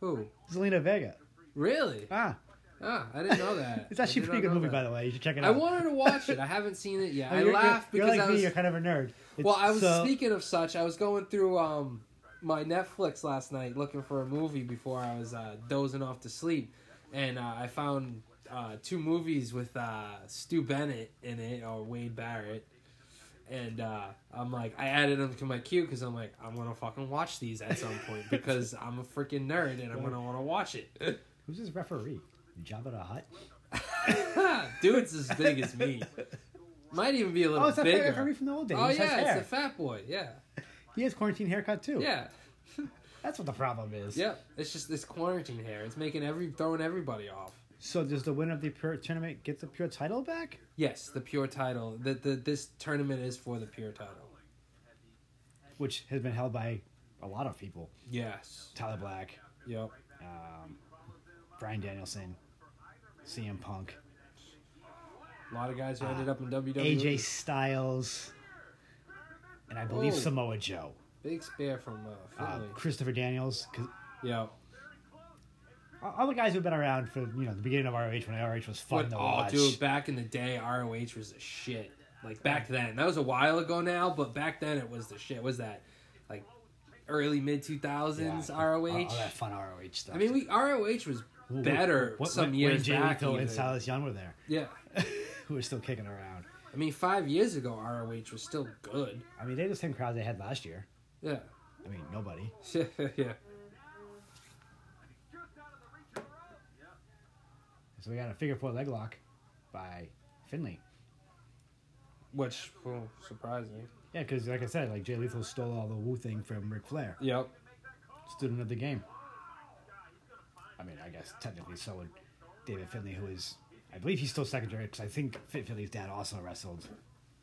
B: who?
A: Zelina Vega.
B: Really?
A: Ah,
B: Ah, I didn't know that.
A: it's actually
B: I
A: a
B: did
A: pretty
B: not
A: good
B: know
A: movie,
B: that.
A: by the way. You should check it out.
B: I wanted to watch it. I haven't seen it yet.
A: Oh,
B: I
A: you're- you're-
B: laughed
A: you're
B: because
A: like
B: I
A: me,
B: was.
A: You're kind of a nerd. It's-
B: Well, I was
A: so-
B: speaking of such. I was going through um my Netflix last night looking for a movie before I was uh, dozing off to sleep, and uh, I found uh, two movies with uh, Stu Bennett in it or Wade Barrett. And uh, I'm like, I added them to my queue because I'm like, I'm gonna fucking watch these at some point because I'm a freaking nerd and I'm gonna want to watch it.
A: Who's his referee? Jabba the Hutt.
B: Dude's as big as me. Might even be a little
A: Oh, it's that fat referee
B: bigger.
A: from the old days.
B: Oh
A: He has
B: yeah, it's
A: hair.
B: the fat boy. Yeah,
A: He has quarantine haircut too.
B: yeah.
A: That's what the problem is.
B: Yeah, it's just this quarantine hair. It's making every throwing everybody off.
A: So does the winner of the pure tournament get the pure title back?
B: Yes, the pure title. The, the this tournament is for the pure title.
A: Which has been held by a lot of people.
B: Yes.
A: Tyler Black,
B: Yep.
A: um, Brian Danielson, CM Punk,
B: A lot of guys who ended up in E. WWE.
A: AJ Styles, and I believe
B: Oh.
A: Samoa Joe.
B: Big spare from uh,
A: Uh,
B: Finley.
A: Christopher Daniels. 'cause
B: yep.
A: all the guys who've been around for you know the beginning of ROH when ROH was fun
B: But,
A: to
B: oh,
A: watch.
B: dude, back in the day, ROH was the shit. Like back then, that was a while ago now, but back then it was the shit. Was that like early mid two
A: Yeah,
B: thousands
A: all-
B: ROH?
A: All oh, that fun ROH stuff.
B: I mean, we ROH was
A: Ooh,
B: better
A: what-
B: some
A: when-
B: years
A: when Jay
B: back.
A: Lethal
B: even.
A: and Silas Young were there,
B: Yeah.
A: who were still kicking around.
B: I mean, five years ago, ROH was still good.
A: I mean, they had the same crowd they had last year.
B: Yeah.
A: I mean, nobody.
B: yeah.
A: So we got a figure four leg lock by Finley.
B: Which, well, surprising.
A: Yeah, because like I said, like Jay Lethal stole all the Wu thing from Ric Flair,
B: Yep.
A: student of the game. I mean, I guess technically so would David Finley, who is, I believe he's still secondary because I think Fit Finley's dad also wrestled,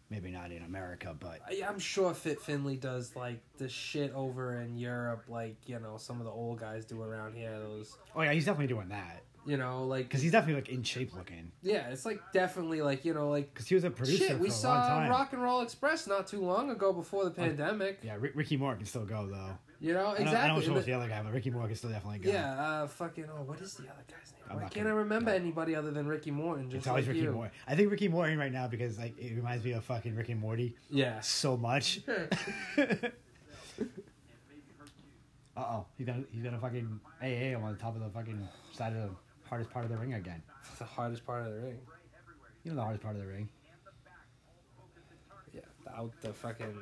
A: maybe not in America, but
B: I, I'm sure Fit Finley does, like, the shit over in Europe, like, you know, some of the old guys do around here. Those,
A: oh yeah, he's definitely doing that.
B: You know, like
A: Because he's definitely like in shape looking.
B: yeah, it's like definitely like you know like
A: Because he was a producer
B: shit.
A: for
B: We
A: a
B: saw
A: long time. Oh,
B: Rock and Roll Express not too long ago before the pandemic.
A: Yeah, Ri Ricky Moore can still go though.
B: You know
A: I don't,
B: exactly.
A: I don't
B: And
A: know what's
B: the-
A: the other guy, but Ricky Moore can still definitely go.
B: yeah, uh, fucking. Oh, what is the other guy's name?
A: I'm
B: Why
A: not
B: can't I
A: gonna-
B: remember anybody other than Ricky Morton? Just
A: It's always
B: like
A: Ricky
B: you.
A: Moore. I think Ricky Moore in right now because like it reminds me of fucking Rick and Morty
B: Yeah.
A: so much. uh oh, he's gonna he's gonna fucking AA him on the top of the fucking side of the hardest part of the ring again.
B: the hardest part of the ring.
A: You know the hardest part of the ring.
B: Yeah, the, out the fucking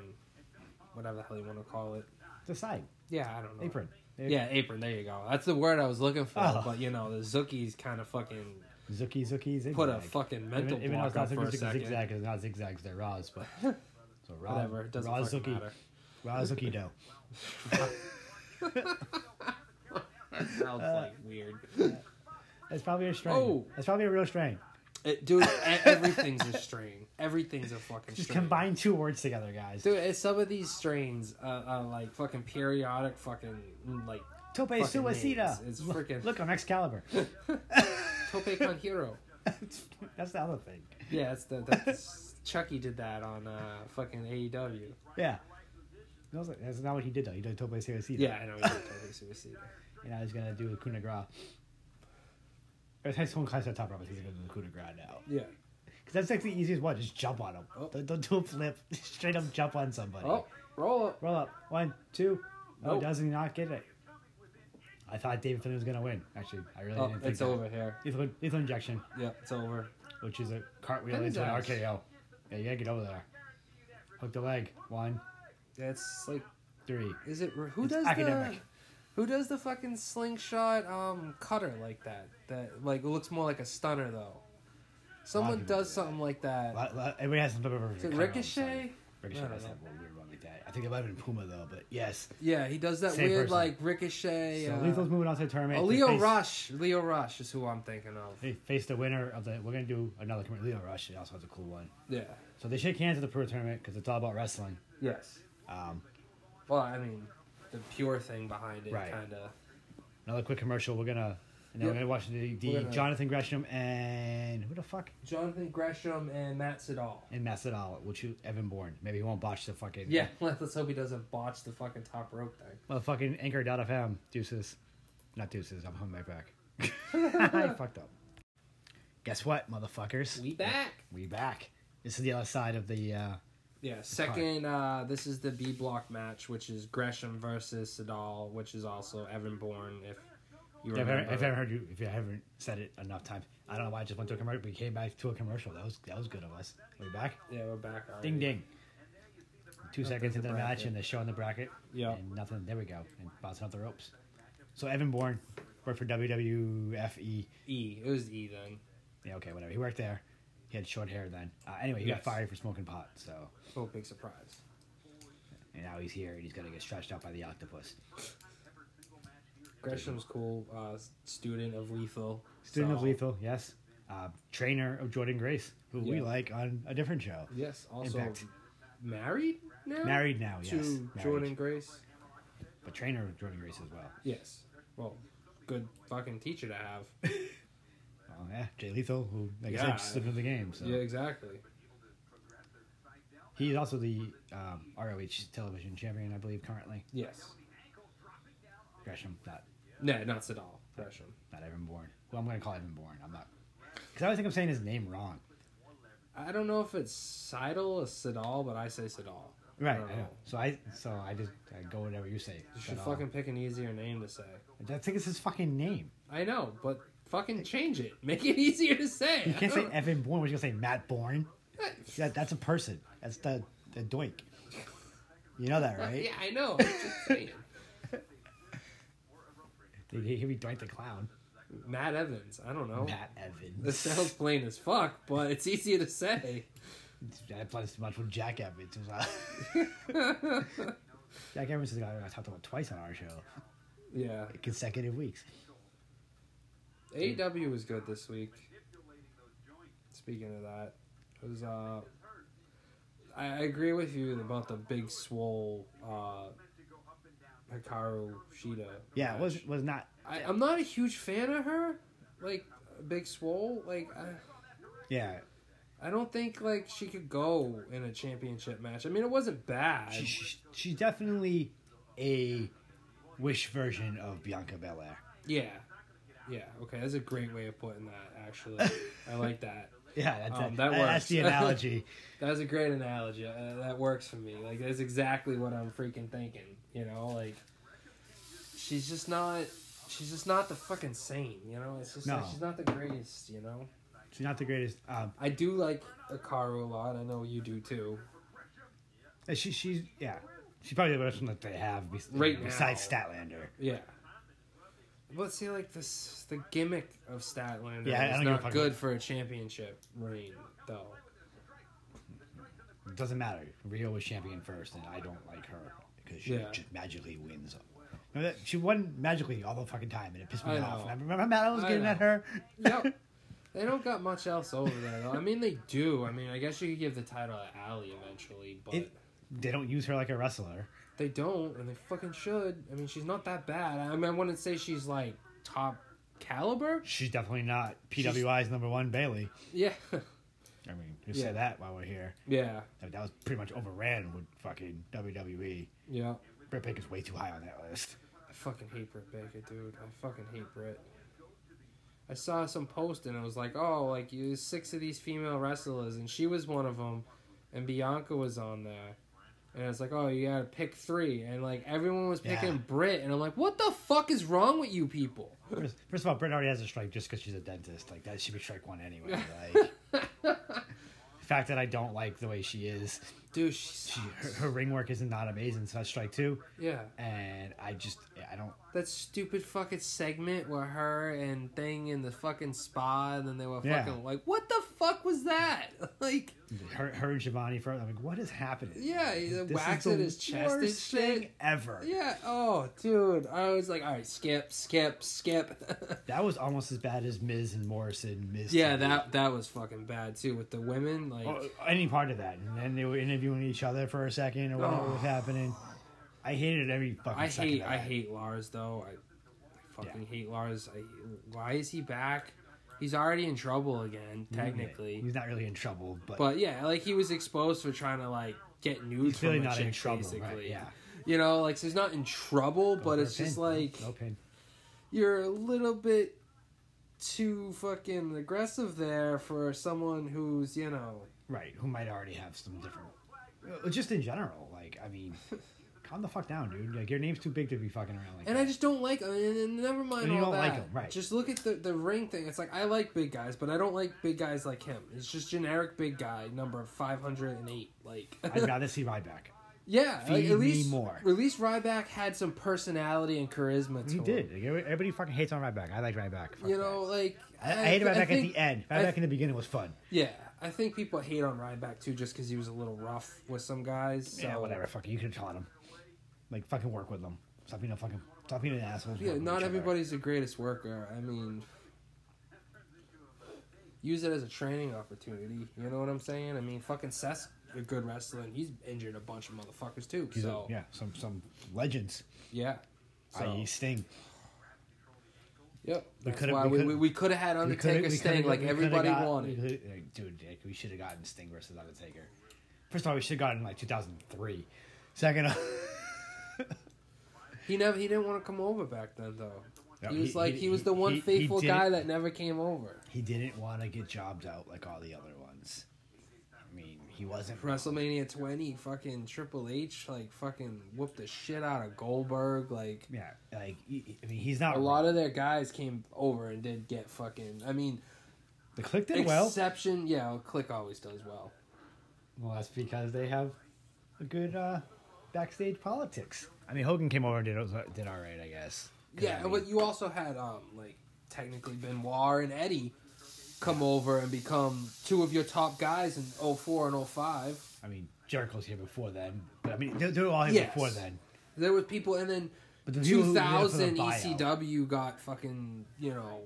B: whatever the hell you want to call it.
A: The side
B: Yeah, I don't know.
A: apron.
B: Yeah, apron. There you go. That's the word I was looking for.
A: Oh.
B: But you know, the Zookie's kind of fucking
A: Zookie Zookie zigzag.
B: put a fucking mental
A: even, even though
B: block
A: it's not
B: up for a
A: Zookie Zookie
B: second.
A: zigzag, it's not zigzags. They're Raws, but so Raw,
B: Whatever. It doesn't
A: Raw
B: fucking
A: Zookie,
B: matter.
A: Raw Zookie dough.
B: That sounds
A: Uh.
B: like weird.
A: That's probably a strain.
B: Oh.
A: That's probably a real strain.
B: It, dude, e- everything's a strain. Everything's a fucking
A: Just
B: strain.
A: combine two words together, guys.
B: Dude, it's some of these strains are, are like fucking periodic, fucking mm, like
A: Tope
B: fucking
A: suicida.
B: names. It's freaking-
A: Look on Excalibur.
B: tope con hero.
A: That's the other thing.
B: Yeah, it's the that's, Chucky did that on uh, fucking AEW.
A: Yeah. That was- That's not what he did though. He did Tope suicida.
B: Yeah, I know. He did tope suicida.
A: And now he's gonna do the coup de grace. That's his whole concept top Robert. He's gonna do the coup de grace now.
B: Yeah.
A: Because that's like the easiest one. Just jump on him.
B: Oh.
A: Don't, don't do a flip. Straight up jump on somebody.
B: Oh, roll up.
A: Roll up. One, two. No,
B: Nope.
A: does he not get it? I thought David Finley was gonna win. Actually, I really
B: Oh,
A: didn't think
B: it's
A: that.
B: over here.
A: Lethal, lethal injection,
B: Yeah, it's over.
A: which is a cartwheel
B: Pin
A: into an
B: down.
A: RKO. Yeah, you gotta get over there. Hook the leg. One,
B: That's like,
A: three.
B: is it who
A: It's
B: does
A: academic.
B: the who does the fucking slingshot um cutter like that? That like it looks more like a stunner though. Someone
A: people
B: does
A: do that.
B: something like that.
A: Well, well, Everybody has some type of
B: Is it Ricochet?
A: Ricochet
B: I don't
A: does
B: know.
A: have a weird one like that. I think it might have been Puma though, but yes.
B: Yeah, he does that
A: Same
B: weird
A: person.
B: like ricochet.
A: so
B: uh,
A: Lethal's moving on to the tournament.
B: oh,
A: They
B: Leo
A: face-
B: Rush. Leo Rush is who I'm thinking of.
A: They face the winner of the. We're gonna do another tournament. Leo Rush. He also has a cool one.
B: Yeah.
A: So they shake hands at the pro tournament because it's all about wrestling.
B: Yes.
A: Um,
B: Well, I mean, the pure thing behind it,
A: Right.
B: kind of.
A: another quick commercial. We're gonna. And then
B: Yep.
A: we're gonna watch the, the
B: We're gonna-
A: Jonathan Gresham and who the fuck
B: Jonathan Gresham and Matt Sydal.
A: and Masvidal will shoot Evan Bourne. Maybe he won't botch the fucking
B: Yeah, let's hope he doesn't botch the fucking top rope thing.
A: motherfucking anchor.fm deuces, not deuces. I'm hung right back. I fucked up. Guess what, motherfuckers?
B: We back.
A: We back. This is the other side of the. Uh,
B: Yeah, second. Uh, this is the B block match, which is Gresham versus Sydal, which is also Evan Bourne. If you
A: if, I
B: remember,
A: haven't, if I haven't heard you, if you haven't said it enough times, I don't know why I just went to a commercial. We came back to a commercial. That was that was good of us. We back.
B: yeah, we're back. already.
A: Ding ding. Two seconds
B: the
A: into the
B: bracket.
A: match, and they're showing the bracket.
B: Yeah.
A: And nothing. There we go. And bouncing off the ropes. So Evan Bourne worked for WWFE.
B: E. It was E then.
A: Yeah, okay, whatever. He worked there. He had short hair then. Uh, anyway, he
B: Yes.
A: got fired for smoking pot. So
B: Oh, big surprise.
A: and now he's here, and he's gonna get stretched out by the octopus.
B: Gresham's cool. Uh, student of Lethal.
A: Student of
B: So-
A: Lethal, yes. Uh, trainer of Jordan Grace, who we
B: Yeah.
A: like on a different show.
B: Yes. Also
A: Impact.
B: married now.
A: Married now, yes.
B: to
A: Married.
B: Jordan Grace.
A: but trainer of Jordan Grace as well.
B: Yes. Well, good fucking teacher to have.
A: Oh yeah, Jay Lethal, who like I
B: Yeah.
A: said, slipped into the game. So
B: Yeah, exactly.
A: he's also the um, ROH television champion, I believe, currently.
B: Yes.
A: Gresham, not
B: No, not Sadal. Gresham.
A: not Evan Bourne. Well, I'm gonna call Evan Bourne. I'm not because I always think I'm saying his name wrong.
B: I don't know if it's Seidel or Sadal, but I say Sadal.
A: Right.
B: don't
A: I know.
B: know.
A: So I so I just I go whatever you say.
B: Oh. You should
A: But, um,
B: fucking pick an easier name to say.
A: I think it's his fucking name.
B: I know, but fucking change it. Make it easier to say.
A: You
B: I
A: can't say
B: don't-
A: Evan Bourne. We're just gonna say Matt Bourne. That, that's a person. That's the the doink. You know that, right?
B: Yeah, I know. I'm just saying.
A: He, he be Doink the clown.
B: Matt Evans. I don't know.
A: Matt Evans.
B: Oh. That sounds plain as fuck, but it's easier to say.
A: I played too much with Jack Evans. as well. Jack Evans is the guy I talked about twice on our show,
B: yeah.
A: consecutive weeks.
B: AEW E was good this week. Speaking of that, it was uh, I I agree with you about the big swole uh, Hikaru Shida.
A: Yeah, it was was not.
B: I, I'm not a huge fan of her, like Big Swole, like I,
A: Yeah,
B: I don't think like she could go in a championship match. I mean, it wasn't bad.
A: she, she, she's definitely a wish version of Bianca Belair.
B: Yeah, yeah. Okay, that's a great way of putting that. Actually, I like that.
A: Yeah, that's,
B: Um,
A: that
B: that
A: that's
B: works.
A: the analogy.
B: That was a great analogy. Uh, that works for me. Like that's exactly what I'm freaking thinking. You know, like she's just not. She's just not the fucking same. You know, it's just like,
A: No.
B: she's not the greatest. You know,
A: she's not the greatest. Um,
B: I do like Akaru a lot. I know you do too.
A: Uh, she, she's yeah, she's probably the best one that they have bes-
B: Right
A: besides
B: now.
A: Statlander.
B: Yeah. But see, like this, the gimmick of Statlander
A: Yeah, I
B: is
A: don't give a
B: not
A: fuck
B: good
A: about-
B: for a championship reign, though.
A: It doesn't matter. Rio was champion first, and I don't like her because she
B: Yeah.
A: just magically wins. No, that, she won magically all the fucking time, and it pissed me
B: I
A: off.
B: know.
A: And I remember Matt was
B: I
A: getting at
B: know.
A: her.
B: Yep. They don't got much else over there, though. I mean, they do. I mean, I guess you could give the title to Allie eventually, but
A: It- they don't use her like a wrestler.
B: they don't, and they fucking should. I mean, she's not that bad. I mean, I wouldn't say she's like top caliber.
A: She's definitely not PWI's number one Bailey.
B: Yeah.
A: I mean, you
B: Yeah.
A: say that while we're here.
B: yeah.
A: I mean, that was pretty much overran with fucking WWE.
B: Yeah.
A: Britt Baker's way too high on that list.
B: I fucking hate Britt Baker, dude. I fucking hate Britt. I saw some post and it was like, oh, like you there's six of these female wrestlers, and she was one of them, and Bianca was on there, and it's like, oh, you gotta pick three, and like everyone was picking
A: Yeah.
B: Britt, and I'm like, what the fuck is wrong with you people?
A: First, first of all, Britt already has a strike just because she's a dentist. Like that should be strike one anyway. Like the fact that I don't like the way she is,
B: Dude, she's
A: she, her, her ring work is not amazing. So that's strike two.
B: yeah,
A: And I just I don't.
B: that stupid fucking segment where her and thing in the fucking spa, and then they were
A: Yeah.
B: fucking like, what the fuck was that? like.
A: Her, her and Giovanni for I'm like, what is happening?
B: Yeah, he waxed at his chest and
A: worst
B: shit.
A: thing ever.
B: Yeah. Oh, dude. I was like, all right, skip, skip, skip.
A: That was almost as bad as Miz and Morrison. Miz.
B: yeah,
A: to me.
B: that that was fucking bad too with the women. Like,
A: Oh, any part of that, and then they were interviewing each other for a second or whatever
B: Oh.
A: was happening. I hated every fucking.
B: I
A: second
B: hate
A: of
B: I
A: that.
B: hate Lars though. I, I fucking hate Lars. I, why is he back? He's already in trouble again, technically.
A: he's not really in trouble, but,
B: But yeah, like he was exposed for trying to like get nudes
A: he's really
B: from a
A: not
B: chick,
A: in trouble,
B: basically.
A: right? Yeah,
B: You know, like so he's not in trouble, but
A: Go
B: it's
A: for a
B: just
A: pin.
B: like
A: Go pin.
B: you're a little bit too fucking aggressive there for someone who's you know
A: right, who might already have some different. Uh, Just in general, like I mean, calm the fuck down, dude. Like your name's too big to be fucking around like
B: And
A: that.
B: I just don't like. And, and never mind
A: And you
B: all
A: don't
B: that.
A: like him, right.
B: Just look at the the ring thing. It's like I like big guys, but I don't like big guys like him. It's just generic big guy number five hundred and eight. Like,
A: I'd rather see Ryback.
B: yeah, like,
A: feed me
B: at least
A: more.
B: At least Ryback had some personality and charisma. To
A: He
B: him.
A: did. Like, every- everybody fucking hates on Ryback. I like Ryback. Fuck
B: You know, like
A: that. I, I hate
B: th-
A: Ryback
B: think-
A: at the end.
B: I-
A: Ryback in the beginning was fun.
B: Yeah, I think people hate on Ryback too, just because he was a little rough with some guys. So.
A: yeah, whatever. Fuck it. You could have taught him. Like fucking work with them. Stop being a fucking. Stop being an asshole.
B: Yeah,
A: Work with
B: not
A: each other.
B: everybody's the greatest worker. I mean, use it as a training opportunity. You know what I'm saying? I mean, fucking Seth's a good wrestler, and he's injured a bunch of motherfuckers too.
A: He's a-
B: so yeah,
A: yeah, some some legends.
B: So,
A: I.e. Sting.
B: yep.
A: We
B: That's
A: could've-
B: why
A: we
B: we
A: could've-
B: we, we could have had
A: We coulda-
B: Undertaker
A: we coulda
B: Sting
A: got-
B: like
A: we coulda
B: everybody
A: got-
B: wanted.
A: we coulda- like, dude, like, we should have gotten Sting versus Undertaker. First of all, we should have gotten like 2003. Second, of-
B: He never he didn't want to come over back then though.
A: No,
B: he was
A: he-
B: like
A: he-
B: he, was the
A: he-
B: one
A: he- he
B: faithful
A: did-
B: guy that never came over.
A: he didn't want to get jobbed out like all the other ones. I mean, he wasn't.
B: WrestleMania 20, fucking Triple H, like fucking whooped the shit out of Goldberg, like
A: Yeah, like he- he- I mean, he's not
B: A lot of their guys came over and did get fucking. I mean,
A: the click did well.
B: exception. Yeah, well, Click always does well.
A: Well, that's because they have a good uh, backstage politics. I mean, Hogan came over and did did all right, I guess. 'Cause,
B: Yeah,
A: I mean,
B: but you also had um like technically Benoit and Eddie come over and become two of your top guys in 04 and 05.
A: I mean, Jericho's here before then. But I mean, they, they were all here
B: Yes.
A: before then.
B: There was people, and then
A: But the people who did it for the
B: 2000
A: buyout-
B: ECW got fucking you know.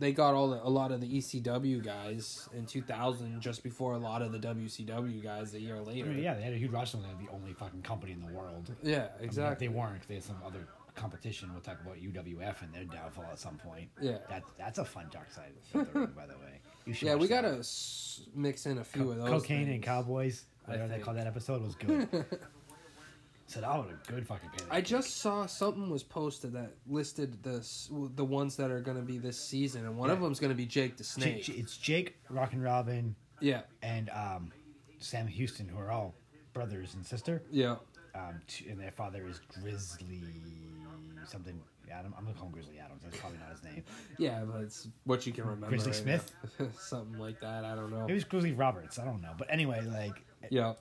B: They got all the, a lot of the ECW guys in 2000, just before a lot of the WCW guys a year
A: I
B: later.
A: mean, yeah, they had a huge roster. and They were the only fucking company in the world. I mean,
B: yeah, exactly.
A: they weren't. They had some other competition. We'll talk about UWF and their downfall at some point.
B: Yeah.
A: That that's a fun dark side of the ring, by the way. You should
B: Yeah,
A: watch
B: we
A: that.
B: gotta s- mix in a few of those.
A: cocaine
B: things.
A: and cowboys. Whatever they
B: think.
A: call that episode was good. so that was a good fucking pay.
B: I just saw something was posted that listed the s- the ones that are gonna be this season, and one of
A: Yeah.
B: them's gonna be Jake the Snake.
A: it's Jake, Rock and Robin,
B: Yeah,
A: and um, Sam Houston, who are all brothers and sister.
B: yeah,
A: Um, t- and their father is Grizzly something. Adam, I'm gonna call him Grizzly Adams. That's probably not his name.
B: yeah. But it's what you can remember.
A: Grizzly
B: right
A: Smith?
B: now. something like that. I don't
A: Maybe
B: know.
A: it's Grizzly Roberts. I don't know. But anyway, like,
B: Yeah,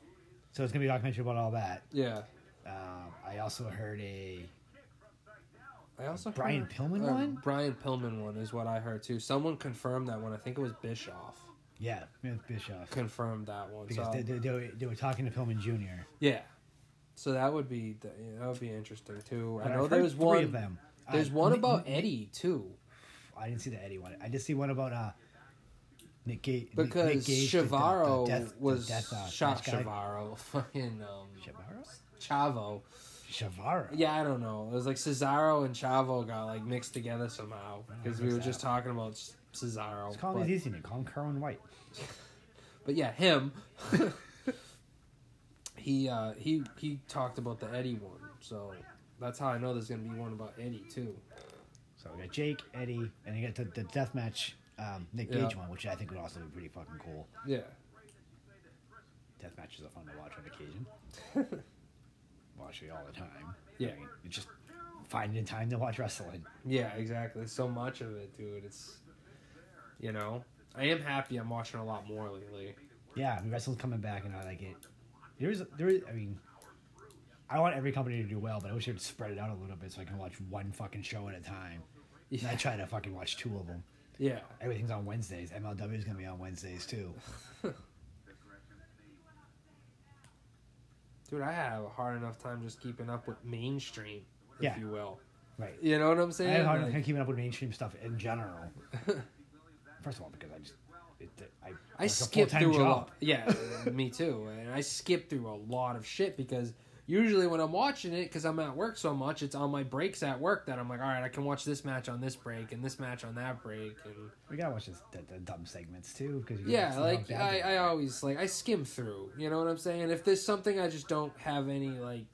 A: so it's gonna be a documentary about all that.
B: yeah.
A: Um, I also heard a
B: I also
A: Brian
B: heard-
A: Pillman
B: uh,
A: one?
B: Brian Pillman one is what I heard too. Someone confirmed that one. I think it was Bischoff
A: yeah, it's Bischoff
B: confirmed that one.
A: because
B: so,
A: they, they, they, were, they were talking to Pillman Jr.
B: yeah. So that would be the, yeah, that would be interesting too. I
A: But
B: know
A: I've heard
B: there's
A: three
B: one.
A: of them.
B: There's
A: Uh,
B: one
A: Nick-
B: about Eddie too,
A: I didn't see the Eddie one. I did see one about uh, Nick Gate Nick, Nick
B: because
A: Gage, the- the- the
B: Shavaro
A: death- the
B: was
A: death, uh,
B: shot.
A: French guy.
B: Shavaro, fucking um,
A: Shavaro.
B: Chavo.
A: Shavaro.
B: Yeah, I don't know. It was like Cesaro and Chavo got like mixed together somehow because we
A: who's
B: were
A: that?
B: just talking about C- Cesaro.
A: Let's call him
B: but-
A: his easy name. Call him Kerwin White.
B: but yeah, him. he uh, he he talked about the Eddie one, so that's how I know there's gonna be one about Eddie too.
A: So we got Jake, Eddie, and we got the, the deathmatch um, Nick
B: Yeah.
A: Gage one, which I think would also be pretty fucking cool.
B: Yeah,
A: Deathmatches are fun to watch on occasion. watch it all the time.
B: Yeah.
A: I mean, it's just finding time to watch wrestling.
B: yeah, exactly. So much of it, dude. It's you know, I am happy I'm watching a lot more lately.
A: Yeah, I mean, wrestling's coming back, and I like it. There is, there is. I mean, I want every company to do well, but I wish it would spread it out a little bit so I can watch one fucking show at a time. And I
B: Yeah,
A: try to fucking watch two of them.
B: yeah,
A: Everything's on Wednesdays. MLW is gonna be on Wednesdays too.
B: dude. I have a hard enough time just keeping up with mainstream, if
A: Yeah.
B: you will.
A: Right.
B: You know what I'm
A: I
B: saying?
A: have a hard
B: Like,
A: time keeping up with mainstream stuff in general. First of all, because I just, it, I,
B: I
A: it's a
B: skip
A: full-time
B: through a lot. Yeah, me too. And I skip through a lot of shit because usually when I'm watching it, because I'm at work so much, it's on my breaks at work that I'm like, all right, I can watch this match on this break and this match on that break. And
A: We gotta watch this, the, the dumb segments too, because
B: yeah, like I, I always like I skim through. You know what I'm saying? If there's something I just don't have any like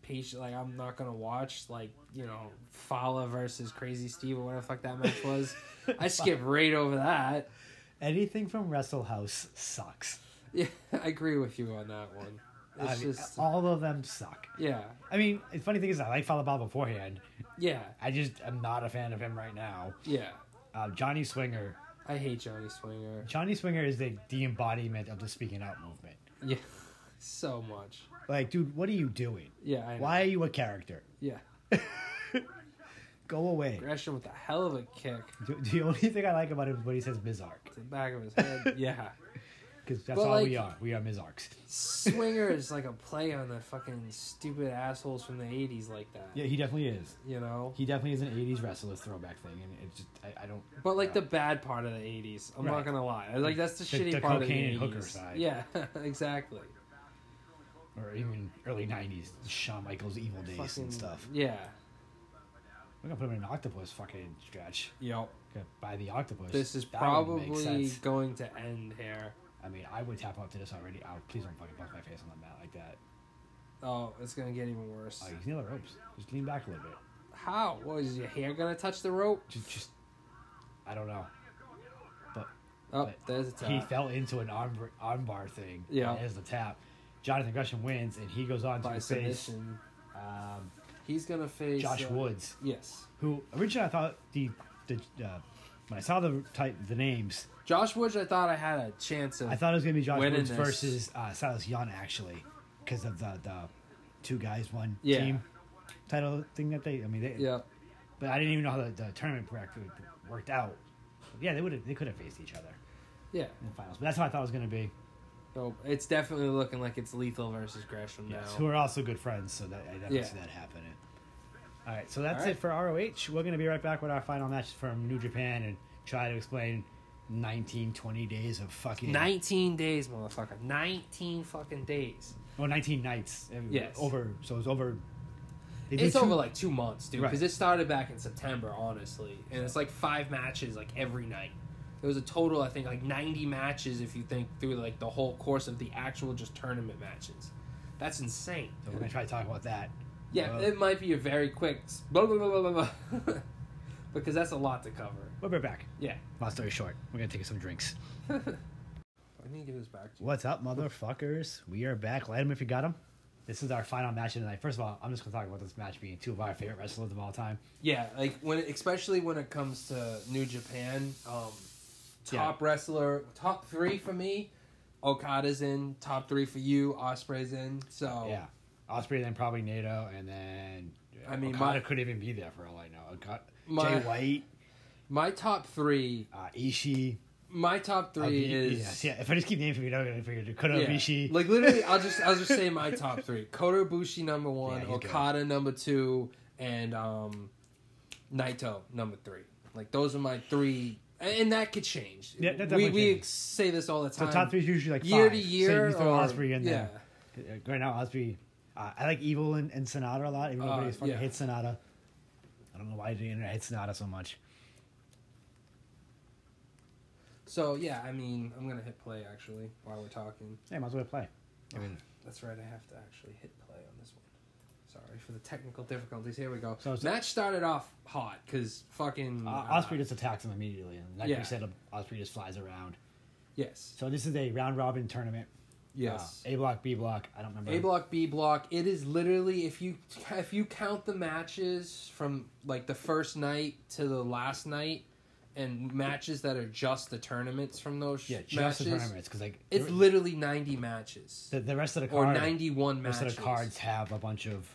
B: patient, like I'm not gonna watch, like you know, Fala versus Crazy Steve or whatever the fuck that match was. I skip right over that.
A: anything from Wrestle House sucks.
B: Yeah, I agree with you on that one.
A: I
B: It's
A: mean, uh,
B: just
A: all of them suck.
B: yeah,
A: I mean, the funny thing is, I like Falabella beforehand.
B: yeah.
A: I just am not a fan of him right now.
B: Yeah,
A: Uh, Johnny Swinger.
B: I hate Johnny Swinger.
A: Johnny Swinger is the, the embodiment of the speaking out movement.
B: Yeah, so much.
A: Like, dude, what are you doing?
B: Yeah, I know.
A: Why are you a character?
B: Yeah,
A: Go away.
B: Gresham with a hell of a kick
A: The- The only thing I like about him is when he says Mizark.
B: to the back of his head. Yeah,
A: Because that's
B: But,
A: all we
B: like-
A: are. We are Mizarks.
B: Swinger is like a play on the fucking stupid assholes from the '80s, like that.
A: Yeah, he definitely is.
B: You know,
A: He definitely is an 80s wrestler throwback thing. And it just, I, I don't.
B: but like the bad part of the '80s. I'm
A: Right.
B: not gonna lie. Like that's the,
A: The-
B: shitty
A: the
B: part
A: cocaine and
B: of the '80s.
A: hooker side.
B: Yeah, exactly.
A: Or even early 90s Shawn Michaels evil days
B: Fucking
A: and stuff.
B: Yeah.
A: We're going to put him in an octopus fucking stretch.
B: Yep.
A: Gonna buy the octopus.
B: This is
A: That would make
B: probably
A: sense.
B: going to end here.
A: I mean, I would tap out to this already. Oh, please don't fucking bust my face on the mat like that.
B: Oh, it's gonna get even worse.
A: Oh, he's near the ropes. Just lean back a little bit.
B: How? What is your hair gonna touch the rope?
A: Just, just I don't know. But
B: Oh,
A: But
B: there's a tap.
A: he fell into an arm armbar thing.
B: Yeah.
A: and There's the tap. Jonathan Gresham wins, and he goes on to
B: by
A: face
B: submission.
A: um,
B: He's gonna face
A: Josh
B: uh,
A: Woods,
B: Yes,
A: who originally I thought the the uh, when I saw the type the names,
B: Josh Woods. I thought I had a chance of.
A: I thought it was gonna be Josh
B: Winning
A: Woods
B: this.
A: versus uh, Silas Young actually, because of the the two guys one
B: Yeah.
A: team title thing that they. I mean, they,
B: Yeah,
A: But I didn't even know how the, the tournament practically worked out. Yeah, they would have they could have faced each other
B: yeah.
A: in the finals, but that's how I thought it was gonna be.
B: So it's definitely looking like it's Lethal versus Gresham now.
A: Yes, who are also good friends, so that I definitely
B: Yeah.
A: see that happening. All right, so that's
B: All right.
A: it for ROH. We're going to be right back with our final match from New Japan and try to explain 19, 20 days of fucking.
B: Nineteen days, motherfucker. Nineteen fucking days.
A: Well, 19 nights. Uh, It was
B: Yes.
A: Over, so it was over. They do
B: It's
A: two-
B: over like two months, dude. Because
A: Right.
B: it started back in September, honestly, and it's like five matches like every night. There was a total, I think, like ninety matches if you think through like the whole course of the actual just tournament matches. That's insane.
A: So we're gonna try to talk about that.
B: Yeah,
A: Uh,
B: it might be a very quick s- blah blah blah blah blah, blah. because that's a lot to cover.
A: We'll be right back.
B: Yeah.
A: Long story short, we're gonna take some drinks.
B: I need to give this back to you.
A: What's up, motherfuckers? We are back. Light 'em if you got 'em. This is our final match of the night. First of all, I'm just gonna talk about this match being two of our favorite wrestlers of all time.
B: Yeah, like when especially when it comes to New Japan, um,
A: Yeah.
B: top wrestler, top three for me, Okada's in. Top three for you, Osprey's in. So
A: Yeah, Osprey, then probably NATO, and then
B: I mean,
A: Okada
B: my-
A: could even be there for all I know. Oka-
B: My-
A: Jay White,
B: my top three,
A: uh, Ishii.
B: my top three
A: Abi-
B: is
A: yes, yeah. If I just keep naming, people, you're not gonna figure it. Kota
B: Yeah.
A: Ibushi.
B: Like literally, I'll just I'll just say my top three: Kota Ibushi number one,
A: Yeah, you go.
B: Okada number two, and um, Naito number three. Like those are my three, and, and that could change.
A: Yeah, that
B: we
A: definitely
B: we
A: changes.
B: ex- say this all the
A: so
B: time.
A: top three is usually like
B: year
A: five.
B: to
A: So
B: year.
A: you throw
B: or-
A: Osprey in
B: yeah.
A: there. Right now, Osprey. Uh, I like Evil and, and Sonata a lot. Even though
B: Uh,
A: everybody fucking
B: yeah.
A: hates Sonata. I don't know why the internet hates Sonata so much.
B: So yeah, I mean, I'm gonna hit play actually while we're talking.
A: Hey, might as well play. I mean,
B: That's right. I have to actually hit play on this one. Sorry for the technical difficulties. Here we go.
A: So it's-
B: Match started off hot because fucking
A: uh,
B: uh,
A: Osprey just attacks him immediately, and like
B: yeah.
A: we said, Osprey just flies around.
B: Yes.
A: So this is a round robin tournament.
B: Yes.
A: Uh, a block, B block. I don't remember.
B: A block, B block. It is literally if you if you count the matches from like the first night to the last night, and matches that are just the tournaments from those
A: Yeah, just
B: matches.
A: the tournaments because like
B: It's
A: the-
B: literally ninety matches
A: the, the rest of the
B: or
A: card.
B: ninety one
A: the rest
B: matches.
A: of the cards have a bunch of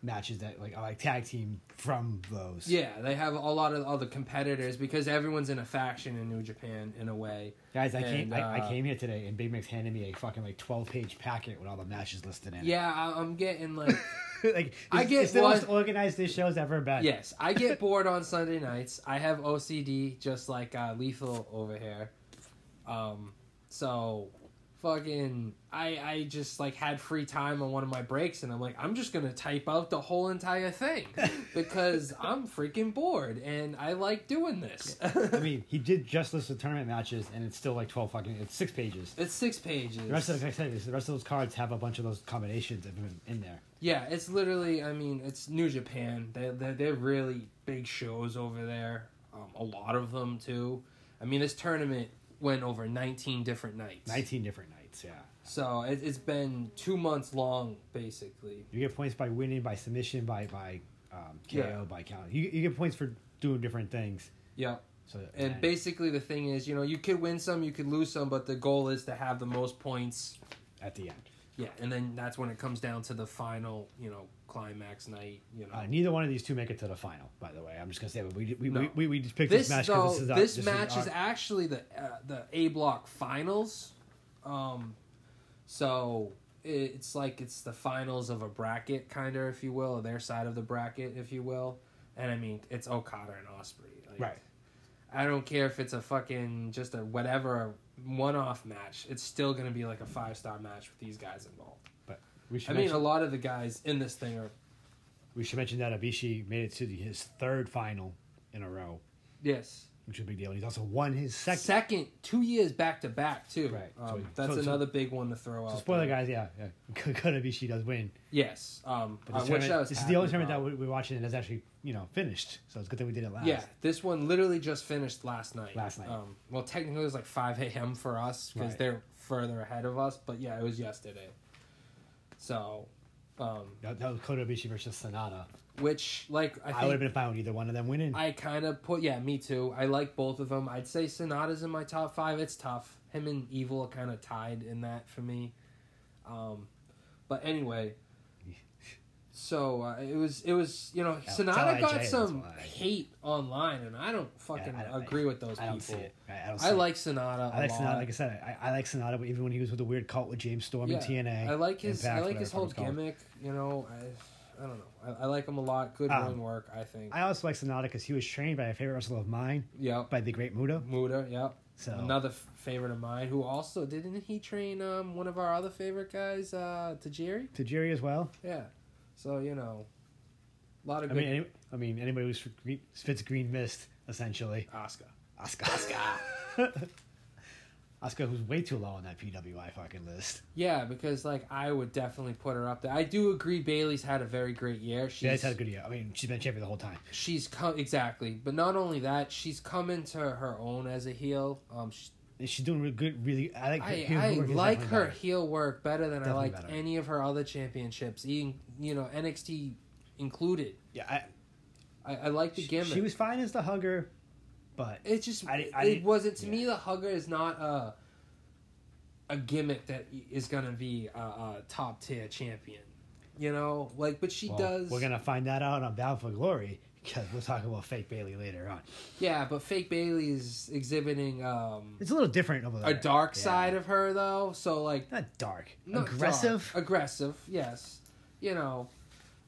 A: matches that like are like tag team from those.
B: Yeah, they have a lot of other competitors because everyone's in a faction in New Japan in a way.
A: Guys, I came
B: And,
A: I, I
B: uh,
A: came here today and Big Mix handed me a fucking like twelve page packet with all the matches listed in it.
B: Yeah, I, I'm getting like
A: like
B: I
A: it's-
B: get
A: it's the
B: why-
A: most organized this show's ever been.
B: Yes, I get bored on Sunday nights. I have OCD, just like uh, Lethal over here. Um, so, fucking, I I just like had free time on one of my breaks, and I'm like, I'm just gonna type out the whole entire thing because I'm freaking bored, and I like doing this.
A: I mean, he did just list the tournament matches, and it's still like twelve fucking. It's six pages.
B: it's six pages.
A: The rest of like I said, the rest of those cards have a bunch of those combinations of them in there.
B: Yeah, it's literally. I mean, it's New Japan. They they they're really big shows over there. Um, a lot of them too. I mean, this tournament went over 19 different nights.
A: Nineteen different nights. Yeah,
B: So it, it's been two months long, basically.
A: you get points by winning, by submission, by by um, KO,
B: Yeah.
A: by count. You you get points for doing different things.
B: Yeah.
A: So
B: And basically, the thing is, you know, you could win some, you could lose some, but the goal is to have the most points.
A: at the end,
B: Yeah, and then that's when it comes down to the final, you know, climax night. You know,
A: uh, neither one of these two make it to the final. By the way, I'm just gonna say, but we we
B: No.
A: we, we, we just picked
B: this
A: this, match
B: though,
A: because
B: this,
A: this is our, this
B: match
A: our-
B: is, actually the uh, the A block finals, um, so it- it's like it's the finals of a bracket, kind of, if you will, or their side of the bracket, if you will. And I mean, it's Okada and Osprey. Like,
A: right.
B: I don't care if it's a fucking just a whatever one off match. It's still gonna be like a five star match with these guys involved.
A: But we should
B: I mean,
A: mention,
B: a lot of the guys in this thing are
A: we should mention that Abishi made it to the, his third final in a row,
B: yes.
A: which is a big deal. And he's also won his second.
B: Second, two years back to back too.
A: Right.
B: Um,
A: So-
B: that's
A: so- so-
B: another big one to throw out.
A: So spoiler,
B: there.
A: guys, yeah, yeah. Kota Ibushi does win.
B: Yes. Um,
A: But
B: I
A: this,
B: wish I
A: tournament-
B: was
A: this is the only
B: happy
A: tournament
B: about.
A: that we- we're watching that's actually you know finished. So it's good that we did it last.
B: Yeah, this one literally just finished last night.
A: Last night.
B: Um, well, technically it was like 5 a.m. for us because
A: Right.
B: they're further ahead of us. But yeah, it was yesterday. So, um,
A: That, that was Kota Ibushi versus Sonata.
B: which like I,
A: I,
B: think
A: would have been fine with either one of them winning.
B: I kind of put yeah, me too. I like both of them. I'd say Sonata's in my top five. It's tough. Him and Evil are kind of tied in that for me. Um, but anyway, so uh, it was it was you know
A: Yeah,
B: Sonata
A: it's
B: got
A: LIJ,
B: some
A: that's why.
B: hate online, and I don't fucking
A: I don't-
B: agree with those
A: I don't see
B: people.
A: it. I, I don't see
B: I
A: it.
B: like Sonata.
A: I like
B: a lot.
A: Sonata. Like I said, I, I like Sonata. But even when he was with the weird cult with James Storm and TNA,
B: I like his
A: Impact,
B: I like
A: whatever
B: his
A: the fuck
B: whole
A: it's called.
B: gimmick. You know, I I don't know. I, I like him a lot. Good
A: Um,
B: ring work, I think.
A: I also like Sonata because he was trained by a favorite wrestler of mine,
B: yeah.
A: by the Great Muda.
B: Muda, yep.
A: So
B: Another f- favorite of mine who also didn't he train um one of our other favorite guys uh Tajiri?
A: to Jerry as well.
B: Yeah. So, you know, A lot of
A: I
B: good
A: mean, any, I mean, anybody who sp- gre- spits green mist, essentially.
C: Oscar.
A: Oscar, Oscar, Oscar, who's way too low on that PWI fucking list.
B: Yeah, because like I would definitely put her up there. I do agree Bailey's had a very great year. She's
A: She's has had a good year. I mean, she's been champion the whole time.
B: she's come exactly, but not only that, she's come into her own as a heel. Um, she,
A: And she's doing really good. Really, I like her.
B: I,
A: her
B: I
A: work is
B: like
A: definitely
B: her
A: better.
B: heel work better than
A: Definitely
B: I liked
A: better.
B: any of her other championships, even you know NXT included.
A: Yeah, I,
B: I, I like the gimmick.
A: she was fine as the hugger, but
B: It just
A: I di- I
B: it
A: didn't-
B: wasn't to
A: yeah.
B: me. The hugger is not a a gimmick that is gonna be a, a top tier champion. You know, like but she
A: well,
B: does.
A: We're gonna find that out on Bound for Glory because we'll talk about fake Bailey later on.
B: Yeah, but fake Bailey's exhibiting um
A: It's a little different over there.
B: a dark
A: Yeah.
B: side of her though, so like
A: Not dark.
B: not
A: Aggressive.
B: dark, aggressive, yes. You know,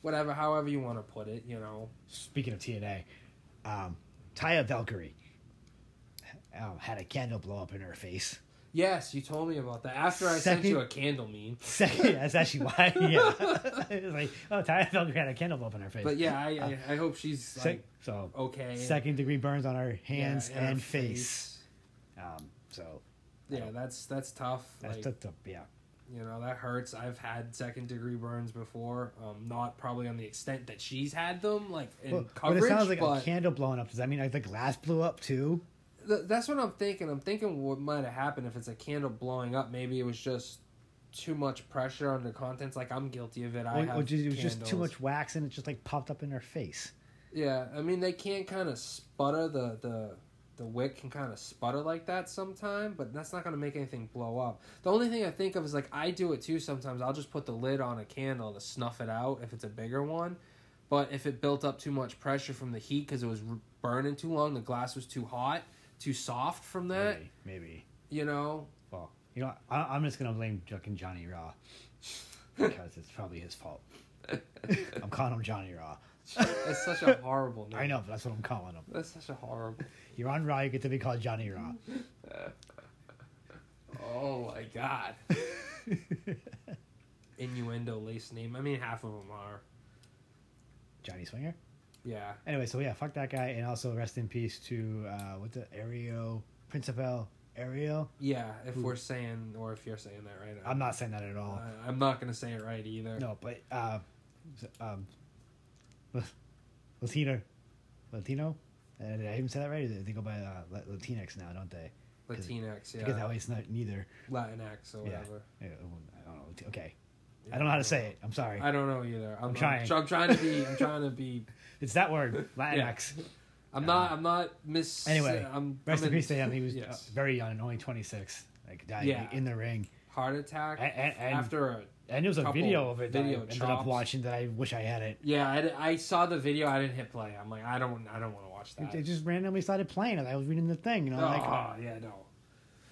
B: whatever, however you want to put it, you know.
A: Speaking of TNA, um, Taya Valkyrie um, had a candle blow up in her face.
B: Yes, you told me about that. After I sent
A: Second-
B: you a candle meme.
A: Second, that's actually why. Yeah, it was like oh, Taya Valkyrie had a candle blow up in her face.
B: But yeah, I I, I hope she's
A: Uh, Sec-
B: like
A: so
B: okay.
A: second degree burns on her
B: yeah,
A: hands
B: her
A: and face. Um, so
B: Yeah, that's that's tough.
A: that's
B: like,
A: that's a- yeah.
B: you know, that hurts. I've had second degree burns before. Um not probably on the extent that she's had them, like in
A: Well, when
B: coverage.
A: it sounds like
B: but...
A: a candle blowing up, does that mean like the glass blew up too?
B: Th- that's what I'm thinking. I'm thinking what might have happened if it's a candle blowing up. Maybe it was just too much pressure on the contents. Like I'm guilty of it. I
A: Or,
B: have
A: or just, it was just too
B: candles.
A: much wax and it just like popped up in her face.
B: Yeah, I mean they can kind of sputter the the the wick can kind of sputter like that sometime, but that's not gonna make anything blow up. The only thing I think of is like I do it too sometimes. I'll just put the lid on a candle to snuff it out if it's a bigger one. But if it built up too much pressure from the heat because it was r- burning too long, the glass was too hot, too soft from that,
A: Maybe, maybe.
B: you know,
A: Well, you know, I, I'm just gonna blame Duck and Johnny Raw because it's probably his fault. I'm calling him Johnny Raw.
B: That's such a horrible name.
A: I know, but that's what I'm calling him.
B: That's such a horrible.
A: You're on Raw, you get to be called Johnny Raw.
B: Oh my god. Innuendo lace name. I mean, half of them are.
A: Johnny Swinger.
B: Yeah.
A: Anyway, so yeah, fuck that guy, and also rest in peace to uh, what's the Ario Principal Ario.
B: Yeah. If
A: Who-
B: we're saying, or if you're saying that right now.
A: I'm not saying that at all.
B: I- I'm not going to say it right either.
A: No, but uh, s- um, Latino, Latino. Uh, did I even say that right? Or They go by uh, La- Latinx now, don't they?
B: Latinx, yeah.
A: Because that way it's not neither.
B: Latinx or
A: Yeah.
B: whatever.
A: Uh, I don't know. Lati- Okay, I don't know how to say it. I'm sorry.
B: I don't know either. I'm,
A: trying.
B: I'm trying to be. I'm trying to be.
A: It's that word, Latinx.
B: I'm
A: Yeah.
B: not. I'm not miss.
A: Anyway,
B: I'm.
A: Rest
B: I'm
A: in peace to him. He was uh,
B: yes.
A: very young, and only 26. Like died
B: Yeah.
A: in the ring,
B: heart attack
A: A- a- and-
B: after a
A: and there was a
B: Couple
A: video of it that
B: video
A: I ended
B: chops.
A: up watching that I wish I had it.
B: Yeah, I, I saw the video. I didn't hit play. I'm like, I don't, I don't want to watch
A: They
B: that.
A: just randomly started playing it. I was reading the thing, you know,
B: oh,
A: like,
B: yeah, no.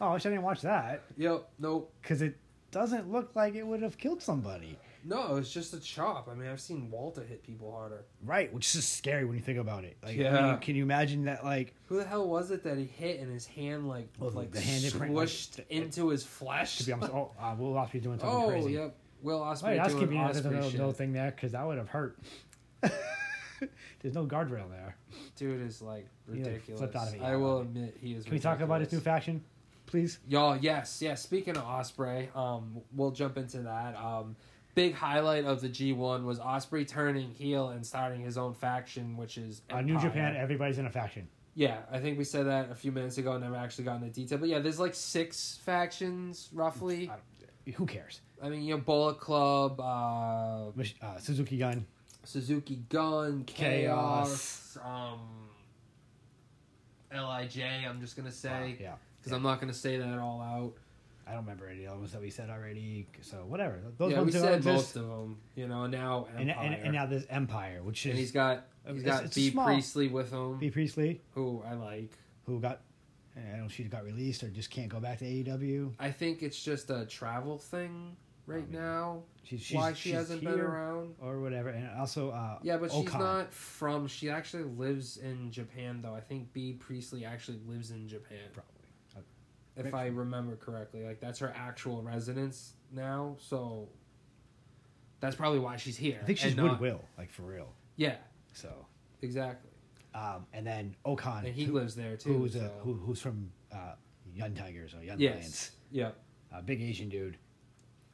A: oh, I wish I didn't watch that
B: Yep, nope.
A: because it doesn't look like it would have killed somebody.
B: No, it's just a chop. I mean, I've seen Walter hit people harder.
A: Right, which is just scary when you think about it. Like, I mean,
B: Yeah.
A: can you imagine that? Like,
B: Who the hell was it that he hit and his hand like
A: Well,
B: like
A: Oh, the hand imprint, like,
B: squished
A: th-
B: into his flesh?
A: to be honest, oh, uh, Will Ospreay doing something
B: oh,
A: crazy.
B: yep. Will Osprey
A: Wait, that's
B: doing
A: convenient. There's
B: Osprey
A: no,
B: shit.
A: no thing there because that would have hurt. There's no guardrail there.
B: Dude is like
A: like,
B: ridiculous.
A: flipped out of it.
B: I
A: Yeah,
B: will
A: I
B: admit he is.
A: Can we talk about his
B: ridiculous.
A: new faction, please?
B: Y'all, yes, yes. Speaking of Osprey, um, we'll jump into that. Um, big highlight of the G one was Osprey turning heel and starting his own faction, which is
A: Uh, New
B: Empire.
A: Japan, everybody's in a faction.
B: Yeah, I think we said that a few minutes ago. and Never actually got into detail, but yeah, there's like six factions roughly.
A: I don't, who cares?
B: I mean, you know, Bullet Club, uh,
A: Mich- Uh, Suzuki Gun.
B: Suzuki Gun, Chaos, um, Lij. I'm just gonna
A: uh,
B: say
A: yeah.
B: because I'm not gonna say that all out.
A: I don't remember any of the ones that we said already. So whatever. Those
B: yeah, we
A: ones are
B: said
A: just,
B: most of them. You know, now
A: and,
B: Empire.
A: and, and now there's Empire, which is
B: and he's got
A: It's-
B: he's got
A: it's
B: B
A: small.
B: Priestley with him,
A: B Priestley,
B: who I like.
A: who got I don't know if she got released or just can't go back to E AEW.
B: I think it's just a travel thing right
A: Um,
B: now.
A: She's, she's
B: Why she
A: she's
B: hasn't been
A: here
B: around?
A: or whatever, and also uh,
B: Yeah, but she's
A: Okan.
B: not from. She actually lives in Japan, though. I think B Priestley actually lives in Japan,
A: Probably.
B: if
A: Makes
B: I remember correctly. Like that's her actual residence now, so that's probably why she's here.
A: I think she's
B: and uh,
A: Wood
B: not-
A: Will, like for real.
B: Yeah,
A: So,
B: Exactly.
A: um, and then Okan,
B: And he
A: who-
B: lives there too.
A: who's uh,
B: so-
A: who, who's from uh, Young Tigers or Young
B: yes.
A: Lions,
B: Yeah.
A: a big Asian dude.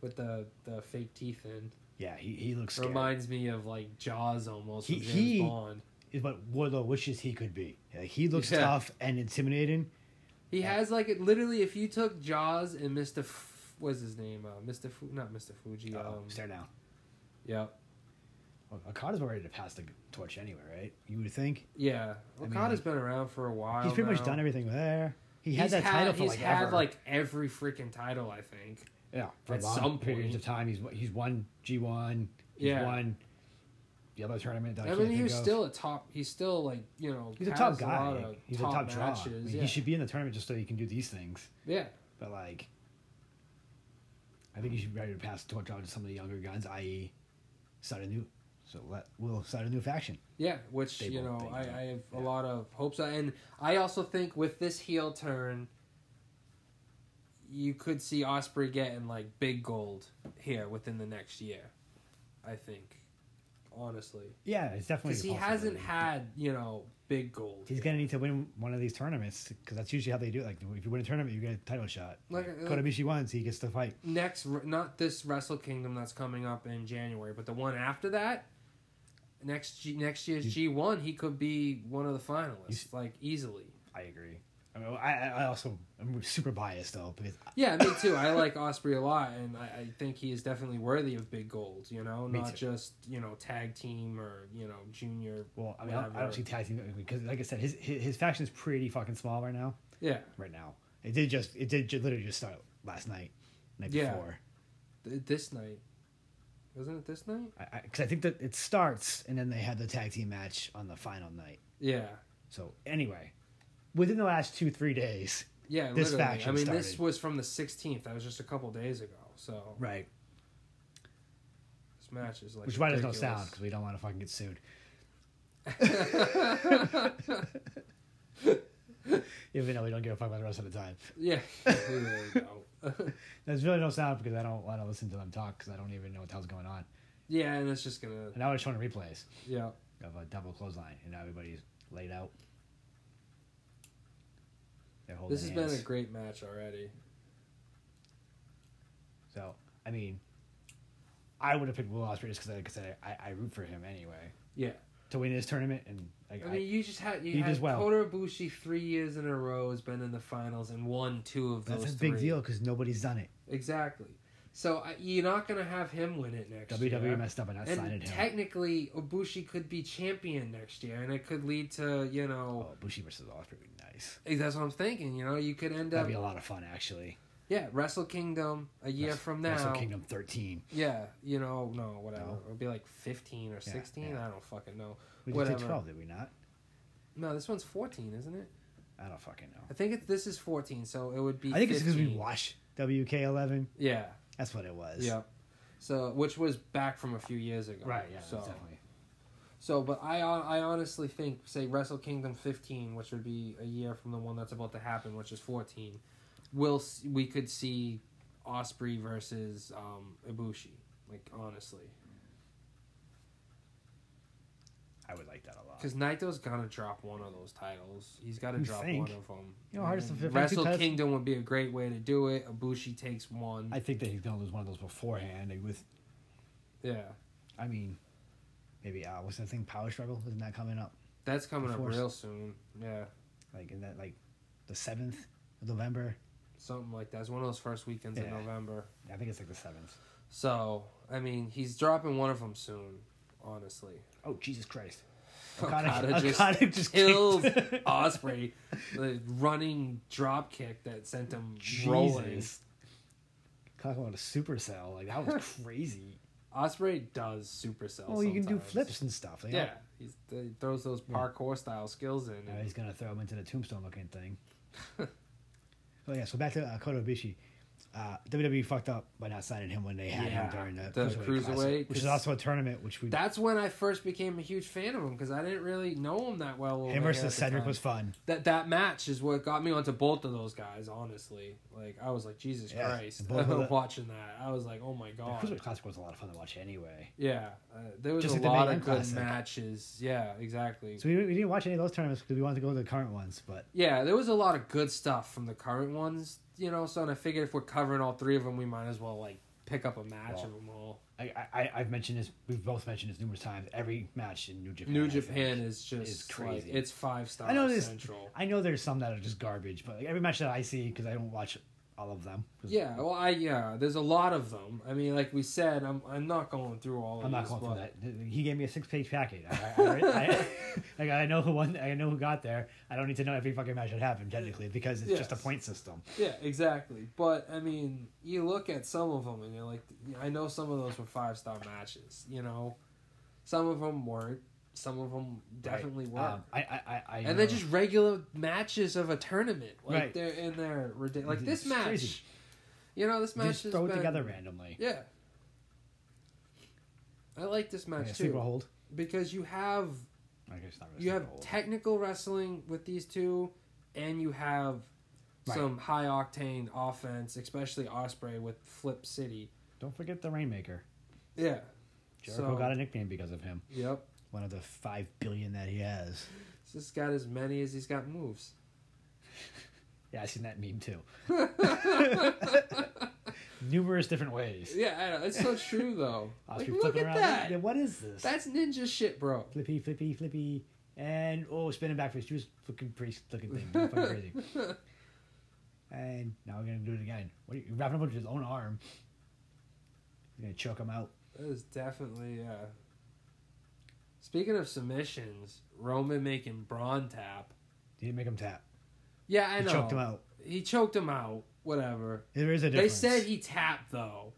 B: With the, the fake teeth in.
A: Yeah, he, he looks scary.
B: Reminds me of like Jaws almost.
A: He-
B: with James
A: he-
B: Bond.
A: is what Wardlow wishes he could be. Like, he looks
B: Yeah.
A: tough and intimidating.
B: He has like it literally. If you took Jaws and Mr. F- what's his name? Uh, Mr. Fu- not Mr. Fuji.
A: Oh,
B: Um,
A: stare down.
B: yeah,
A: Well, Okada's already to pass the torch anyway, right? You would think
B: yeah.
A: mean,
B: Okada's been around for a while.
A: he's pretty much
B: now.
A: done everything there. He had
B: He's
A: that title for
B: he's
A: like
B: had
A: ever.
B: like every freaking title. I think.
A: yeah, for
B: at
A: long
B: some
A: periods
B: point.
A: of time, he's he's won G one. He's
B: Yeah.
A: won the other tournament. That I,
B: I
A: can't
B: mean, he
A: think
B: was
A: of.
B: still a top. He's still like you know.
A: he's a
B: has
A: top
B: lot
A: guy.
B: of
A: he's a top draw. I
B: matches,
A: mean,
B: yeah.
A: He should be in the tournament just so he can do these things.
B: yeah.
A: But like, I think he should be ready to pass the torch on to some of the younger guns, i.e., start a new. So let we'll start a new faction.
B: Yeah, which
A: They
B: you
A: won't
B: know,
A: think
B: I,
A: that.
B: I have
A: Yeah.
B: a lot of hopes, and I also think with this heel turn, you could see Osprey getting like big gold here within the next year. I think, honestly,
A: Yeah, it's definitely
B: because he
A: a
B: hasn't
A: possibility.
B: had you know big gold.
A: He's
B: here.
A: gonna need to win one of these tournaments because that's usually how they do. it. Like if you win a tournament, you get a title shot. Like,
B: Like, uh,
A: Kotobushi wins, he gets the fight.
B: next r- not this Wrestle Kingdom that's coming up in January, but the one after that. Next G, next year's G one, he could be one of the finalists, like easily.
A: I agree. I, mean, I, I also I'm super biased though because
B: Yeah, me too. I like Osprey a lot, and I, I think he is definitely worthy of big gold. You know,
A: Me
B: not
A: too.
B: just you know tag team or you know junior.
A: well I mean I don't, I don't
B: Whatever.
A: see tag team because like I said his his, his faction's pretty fucking small right now.
B: Yeah,
A: Right now it did just it did ju- literally just start last night, night
B: Yeah.
A: before.
B: th- this night, wasn't it this night?
A: Because I, because I think that it starts and then they had the tag team match on the final night.
B: Yeah,
A: So anyway, within the last two three days,
B: yeah.
A: This
B: literally. I
A: faction
B: mean, this
A: started.
B: was from the sixteenth. That was just a couple days ago. So
A: right?
B: this match is like
A: Which why there's no
B: ridiculous.
A: sound because we don't want to fucking get sued. Even though we don't give a fuck about the rest of the time.
B: Yeah, we really don't.
A: There's really no sound because I don't want to listen to them talk because I don't even know what the hell's going on.
B: yeah, and it's just gonna
A: And now we're showing replays
B: yeah.
A: of a double clothesline and now everybody's laid out. They're holding
B: This has
A: hands.
B: been a great match already.
A: so, I mean, I would have picked Will Ospreay just because, like I said, I, I root for him anyway
B: Yeah.
A: to win this tournament. And like,
B: I mean, you just had you
A: He
B: had
A: does well.
B: Kota Ibushi three years in a row has been in the finals and won two of those.
A: that's a big
B: three.
A: deal because nobody's done it.
B: Exactly. So I, you're not going to have him win it next year.
A: WWE E messed up and not signing
B: And
A: him.
B: technically, Obushi could be champion next year, and it could lead to you know.
A: Oh, Bushi versus Osprey would be nice.
B: eh, That's what I'm thinking. You know, you could end
A: Oh. That'd
B: up
A: be a lot of fun, actually.
B: yeah Wrestle Kingdom a year
A: Wrestle-
B: from now.
A: Wrestle Kingdom 13.
B: Yeah, you know, oh, no, whatever.
A: No.
B: It'll be like 15 or 16.
A: yeah.
B: I don't fucking know.
A: We just
B: whatever.
A: did 12, did we not?
B: No, this one's 14, isn't it?
A: I don't fucking know.
B: I think it's this is 14, so it would be.
A: I think it's because we
B: 15.
A: watched WK11.
B: Yeah.
A: That's what it was.
B: Yeah. So, which was back from a few years ago.
A: Right, yeah,
B: So,
A: definitely.
B: so, but I, I honestly think, say, Wrestle Kingdom 15, which would be a year from the one that's about to happen, which is 14, will we could see Osprey versus um, Ibushi. Like honestly,
A: I would like that a lot.
B: because Naito's gonna drop one of those titles. He's got to
A: You
B: drop
A: think?
B: one of them.
A: You know, hardest to fit-
B: Wrestle
A: two titles-
B: Kingdom would be a great way to do it. Ibushi takes one.
A: I think that he's going to lose one of those beforehand. and With,
B: yeah,
A: I mean, maybe, uh, what's that thing? Power Struggle? Isn't that coming up?
B: that's coming up
A: Before-
B: real soon. Yeah,
A: Like, in that, like, the 7th of November?
B: something like that. It's one of those first weekends in
A: Yeah.
B: November.
A: I think it's like the 7th.
B: So, I mean, he's dropping one of them soon, honestly.
A: Oh, Jesus Christ.
B: Okada, just
A: Okada Oh, just
B: killed
A: kicked-
B: Osprey, the running drop kick that sent him rolling.
A: Jesus. Talking about a supercell. Like, that was crazy.
B: Osprey does supercell.
A: Well, you can do
B: sometimes.
A: flips and stuff. you know?
B: Yeah, he's, he throws those parkour style skills in.
A: Now
B: and-
A: he's Oh, gonna throw him into the tombstone looking thing. so yeah, so back to uh, Kota Ibushi. uh, WWE fucked up by not signing him when they had
B: Yeah,
A: him during the,
B: the
A: Classic,
B: Cruiserweight,
A: which is
B: 'cause
A: also a tournament which we
B: That's when I first became a huge fan of him because I didn't really know him that well. over
A: him
B: here at
A: versus
B: Oh the
A: Cedric
B: time.
A: was fun.
B: that that match is what got me onto both of those guys. Honestly, like I was like Jesus
A: Yeah,
B: Christ,
A: both of the-
B: watching that I was like, oh my
A: The
B: god,
A: Cruiserweight Classic was a lot of fun to watch anyway.
B: yeah. Uh, there was
A: Just
B: a
A: like the
B: lot
A: Main
B: of
A: Event
B: good
A: Classic.
B: matches. Yeah, exactly.
A: So we, we didn't watch any of those tournaments because we wanted to go to the current ones. But
B: Yeah, there was a lot of good stuff from the current ones, you know. So and I figured if we're covering all three of them, we might as well like pick up a match
A: Well,
B: of them all.
A: I, I, I've mentioned this. We've both mentioned this numerous times. Every match in New Japan.
B: New
A: I think.
B: Japan is just
A: is
B: crazy.
A: crazy.
B: it's five star
A: I know this.
B: central.
A: I know there's some that are just garbage, but like every match that I see, because I don't watch all of them. 'cause
B: Yeah, well, I yeah, there's a lot of them. I mean, like we said, I'm I'm not going through all. of
A: I'm not
B: these,
A: going
B: but-
A: through that. He gave me a six page packet. I, I, I, I, like, I know who won. I know who got there. I don't need to know every fucking match that happened technically because it's just a
B: Yes.
A: point system.
B: Yeah, exactly. But I mean, you look at some of them and you're like, I know some of those were five star matches. You know, some of them weren't. Some of them definitely
A: right?
B: were.
A: Um, I, I, I, I
B: and they're
A: know.
B: just regular matches of a tournament. Like
A: Right.
B: they're in there, ridi- like this
A: It's
B: match.
A: crazy.
B: You know, this
A: They
B: match
A: just
B: has
A: throw it
B: been-
A: together randomly.
B: Yeah. I like this match
A: Yeah, sleeper
B: too
A: hold.
B: because you have
A: I guess not really
B: you
A: sleeper
B: have
A: hold.
B: technical wrestling with these two, and you have
A: Right.
B: some high octane offense, especially Osprey with Flip City.
A: don't forget the Rainmaker.
B: Yeah.
A: Jericho
B: So-
A: got a nickname because of him.
B: Yep.
A: One of the five billion that he has.
B: He's just got as many as he's got moves.
A: Yeah, I seen that meme too. Numerous different ways.
B: Yeah, I know. It's so true though. like,
A: Osprey
B: look
A: flipping
B: at
A: around.
B: that.
A: What is this?
B: That's ninja shit, bro.
A: flippy, flippy, flippy, and oh, spinning back for his shoes, looking pretty, looking thing, fucking crazy. And now we're gonna do it again. What are you, you're wrapping him up with his own arm? He's gonna choke him out.
B: That is definitely uh Speaking of submissions, Roman making Braun tap.
A: He didn't make him tap.
B: Yeah, I
A: He
B: know.
A: choked him out.
B: He choked him out. Whatever.
A: There is a difference.
B: They said he tapped though.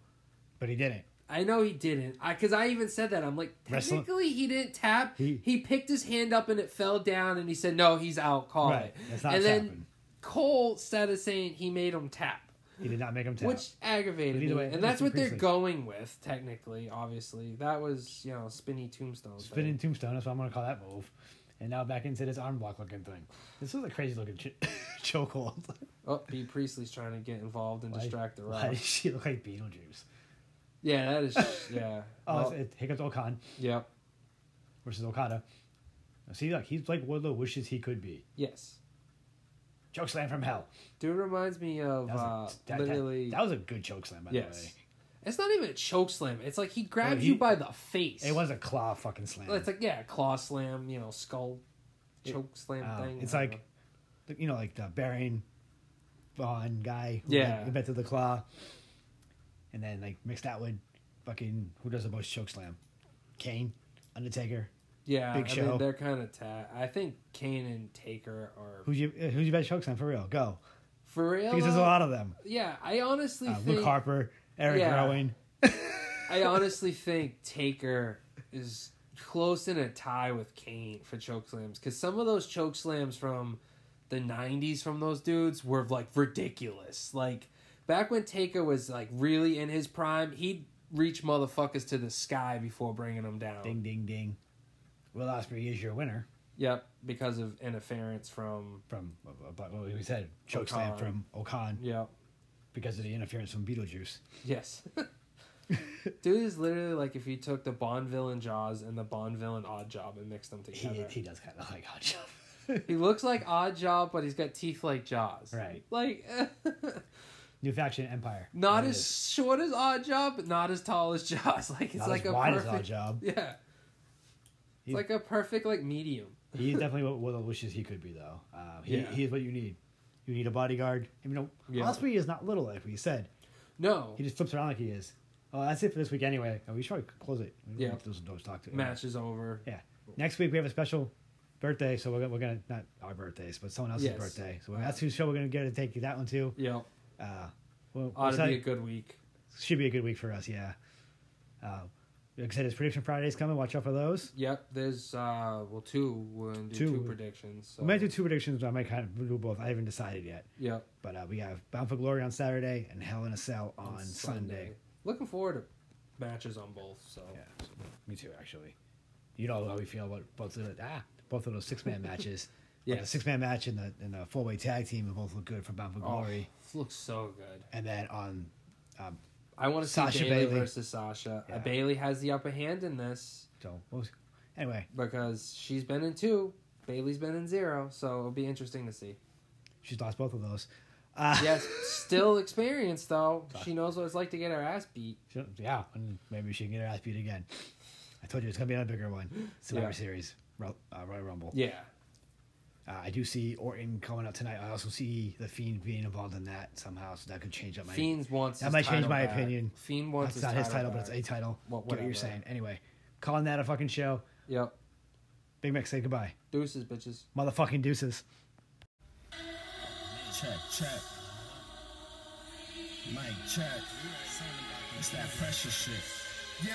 A: but he didn't.
B: I know he didn't. I because I even said that. I'm like,
A: Wrestling-
B: technically he didn't tap. He,
A: He-
B: picked his hand up and it fell down, and he said, "No, he's out. Call
A: Right.
B: it."
A: That's not
B: Oh, and
A: tapping.
B: then Cole started saying he made him tap,
A: He did not make him tap.
B: which
A: But
B: aggravated me.
A: either way,
B: and that's
A: Mr.
B: what they're
A: Priestley-
B: going with, technically. Obviously, that was you know spinny tombstone.
A: Spinning
B: Spinning.
A: tombstone. That's what I'm gonna call that move. And now back into this arm block looking thing. This is a crazy looking ch- chokehold.
B: Oh, B Priestley's trying to get involved and
A: Why-
B: distract the
A: Why does
B: ref.
A: she look like Beetlejuice?
B: Yeah, that is. Yeah.
A: Oh,
B: Well,
A: it's it, here comes Okan
B: yep.
A: versus Okada. Now, See, look, he's like Wardlow wishes he could be.
B: Yes.
A: Choke slam from hell.
B: Dude reminds me of
A: That was,
B: uh,
A: a, that, that-
B: literally.
A: that was a good choke slam, by
B: Yes.
A: the way.
B: It's not even a choke slam. It's like he grabbed
A: No, he-
B: you by the face.
A: It was a claw fucking slam.
B: It's like yeah, claw slam, you know, skull choke slam
A: Um,
B: thing.
A: it's
B: I don't
A: like, you know, like the Baron Vaughn guy who
B: Yeah.
A: invent- invented the claw. And then, like, mix that with fucking, who does the most choke slam? Kane, Undertaker.
B: know. yeah,
A: Big
B: I mean
A: Show.
B: they're kind of ta- I think Kane and Taker are
A: Who's your, uh, who's your best choke slam for real? Go.
B: for real.
A: Because there's a
B: though,
A: lot of them.
B: Yeah, I honestly
A: Uh,
B: think
A: Luke Harper, Eric
B: Yeah.
A: Rowan.
B: I honestly think Taker is close in a tie with Kane for choke slams because some of those choke slams from the '90s from those dudes were like ridiculous. Like back when Taker was like really in his prime, he'd reach motherfuckers to the sky before bringing them down.
A: Ding, ding, ding. Will Ospreay is your winner
B: Yep, because of interference from
A: from, uh, uh, but what we said, choke slam
B: Okan.
A: from Okan
B: yep.
A: because of the interference from Beetlejuice.
B: Yes. Dude is literally like if you took the Bond villain Jaws and the Bond villain Odd Job and mixed them
A: He,
B: together.
A: he does kind of like hot job.
B: He looks like Odd Job, but he's got teeth like Jaws.
A: Right.
B: Like
A: New faction Empire.
B: not
A: There it
B: as
A: is.
B: short as Odd Job, but not as tall as Jaws. Like it's
A: not
B: like
A: as
B: a
A: wide
B: perfect.
A: as hot job.
B: Yeah. It's
A: He-
B: like a perfect like medium.
A: He is definitely what Will wishes he could be, though. Um, he,
B: Yeah.
A: he is what you need. You need a bodyguard. I mean,
B: Yeah.
A: yeah. Osprey is not little, like we said.
B: No.
A: He just flips around like he is. Oh, that's it for this week anyway. Oh, we should probably close it. We
B: Yeah.
A: can Do some dope talk to
B: Match is over.
A: Yeah. Next week we have a special birthday, so we're gonna, we're gonna not our birthdays, but someone else's
B: Yes.
A: birthday. So that's whose show we're gonna get to take that one to.
B: Yep.
A: Uh, well,
B: Ought
A: we'll
B: to be
A: say-
B: a good week.
A: should be a good week for us. Yeah. Uh, Like I said, his prediction Friday's coming. Watch out for those.
B: Yep, there's uh well two we're gonna do
A: Two.
B: two, predictions. So.
A: We might do two predictions, but I might kind of do both. I haven't decided yet.
B: Yep.
A: But uh, we have Bound for Glory on Saturday and Hell in a Cell on, Sunday.
B: Looking forward to matches on both. So
A: Yeah. Me too, actually. You know how we feel about both of the ah, both of those six man matches. But
B: Yes.
A: the six man match and the and the four way tag team both look good for Bound for
B: oh,
A: Glory.
B: looks so good.
A: And then on
B: I want to see
A: Sasha
B: Bailey,
A: Bailey.
B: versus Sasha. Uh,
A: Yeah.
B: Bailey has the upper hand in this
A: so what was, anyway,
B: because she's been in two. Bailey's been in zero, so it'll be interesting to see.
A: she's lost both of those. Uh,
B: Yes, still experienced though. She knows what it's like to get her ass beat.
A: So, yeah, and maybe she can get her ass beat again. I told you it's gonna be another bigger one. Survivor
B: Yeah.
A: Series, Ru- uh, Royal Rumble.
B: Yeah,
A: Uh, I do see Orton coming up tonight. I also see the Fiend being involved in that somehow, so that could change up my.
B: Fiend wants.
A: That
B: his
A: might change
B: title
A: my
B: back.
A: opinion.
B: Fiend wants
A: That's
B: his
A: not
B: title
A: his title, but
B: back.
A: it's a title.
B: Well,
A: Get what you're
B: whatever.
A: saying. Anyway, calling that a fucking show.
B: Yep.
A: Big Mac, say goodbye.
B: Deuces, bitches.
A: Motherfucking deuces.
C: Check, check. Mic check. It's that pressure shit. Yo,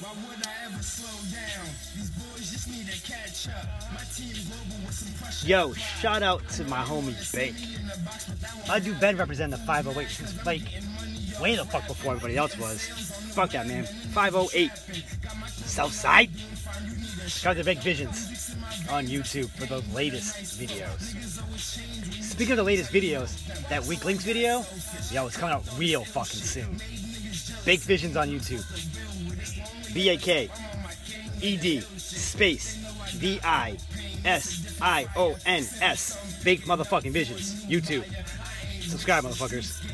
C: why would I ever slow down? These boys just need to catch up. My team global with some pressure.
A: Yo, shout out to my homie Bake. My dude Ben represented the 508 since like way the fuck before everybody else was. Fuck that man. 508 Southside. Got the Big Visions on YouTube for the latest videos. Speaking of the latest videos, that Weak Links video, yo, it's coming out real fucking soon. Big Visions on YouTube. B A K E-D E space V-I S I O N S. Big motherfucking visions. YouTube. Subscribe, motherfuckers.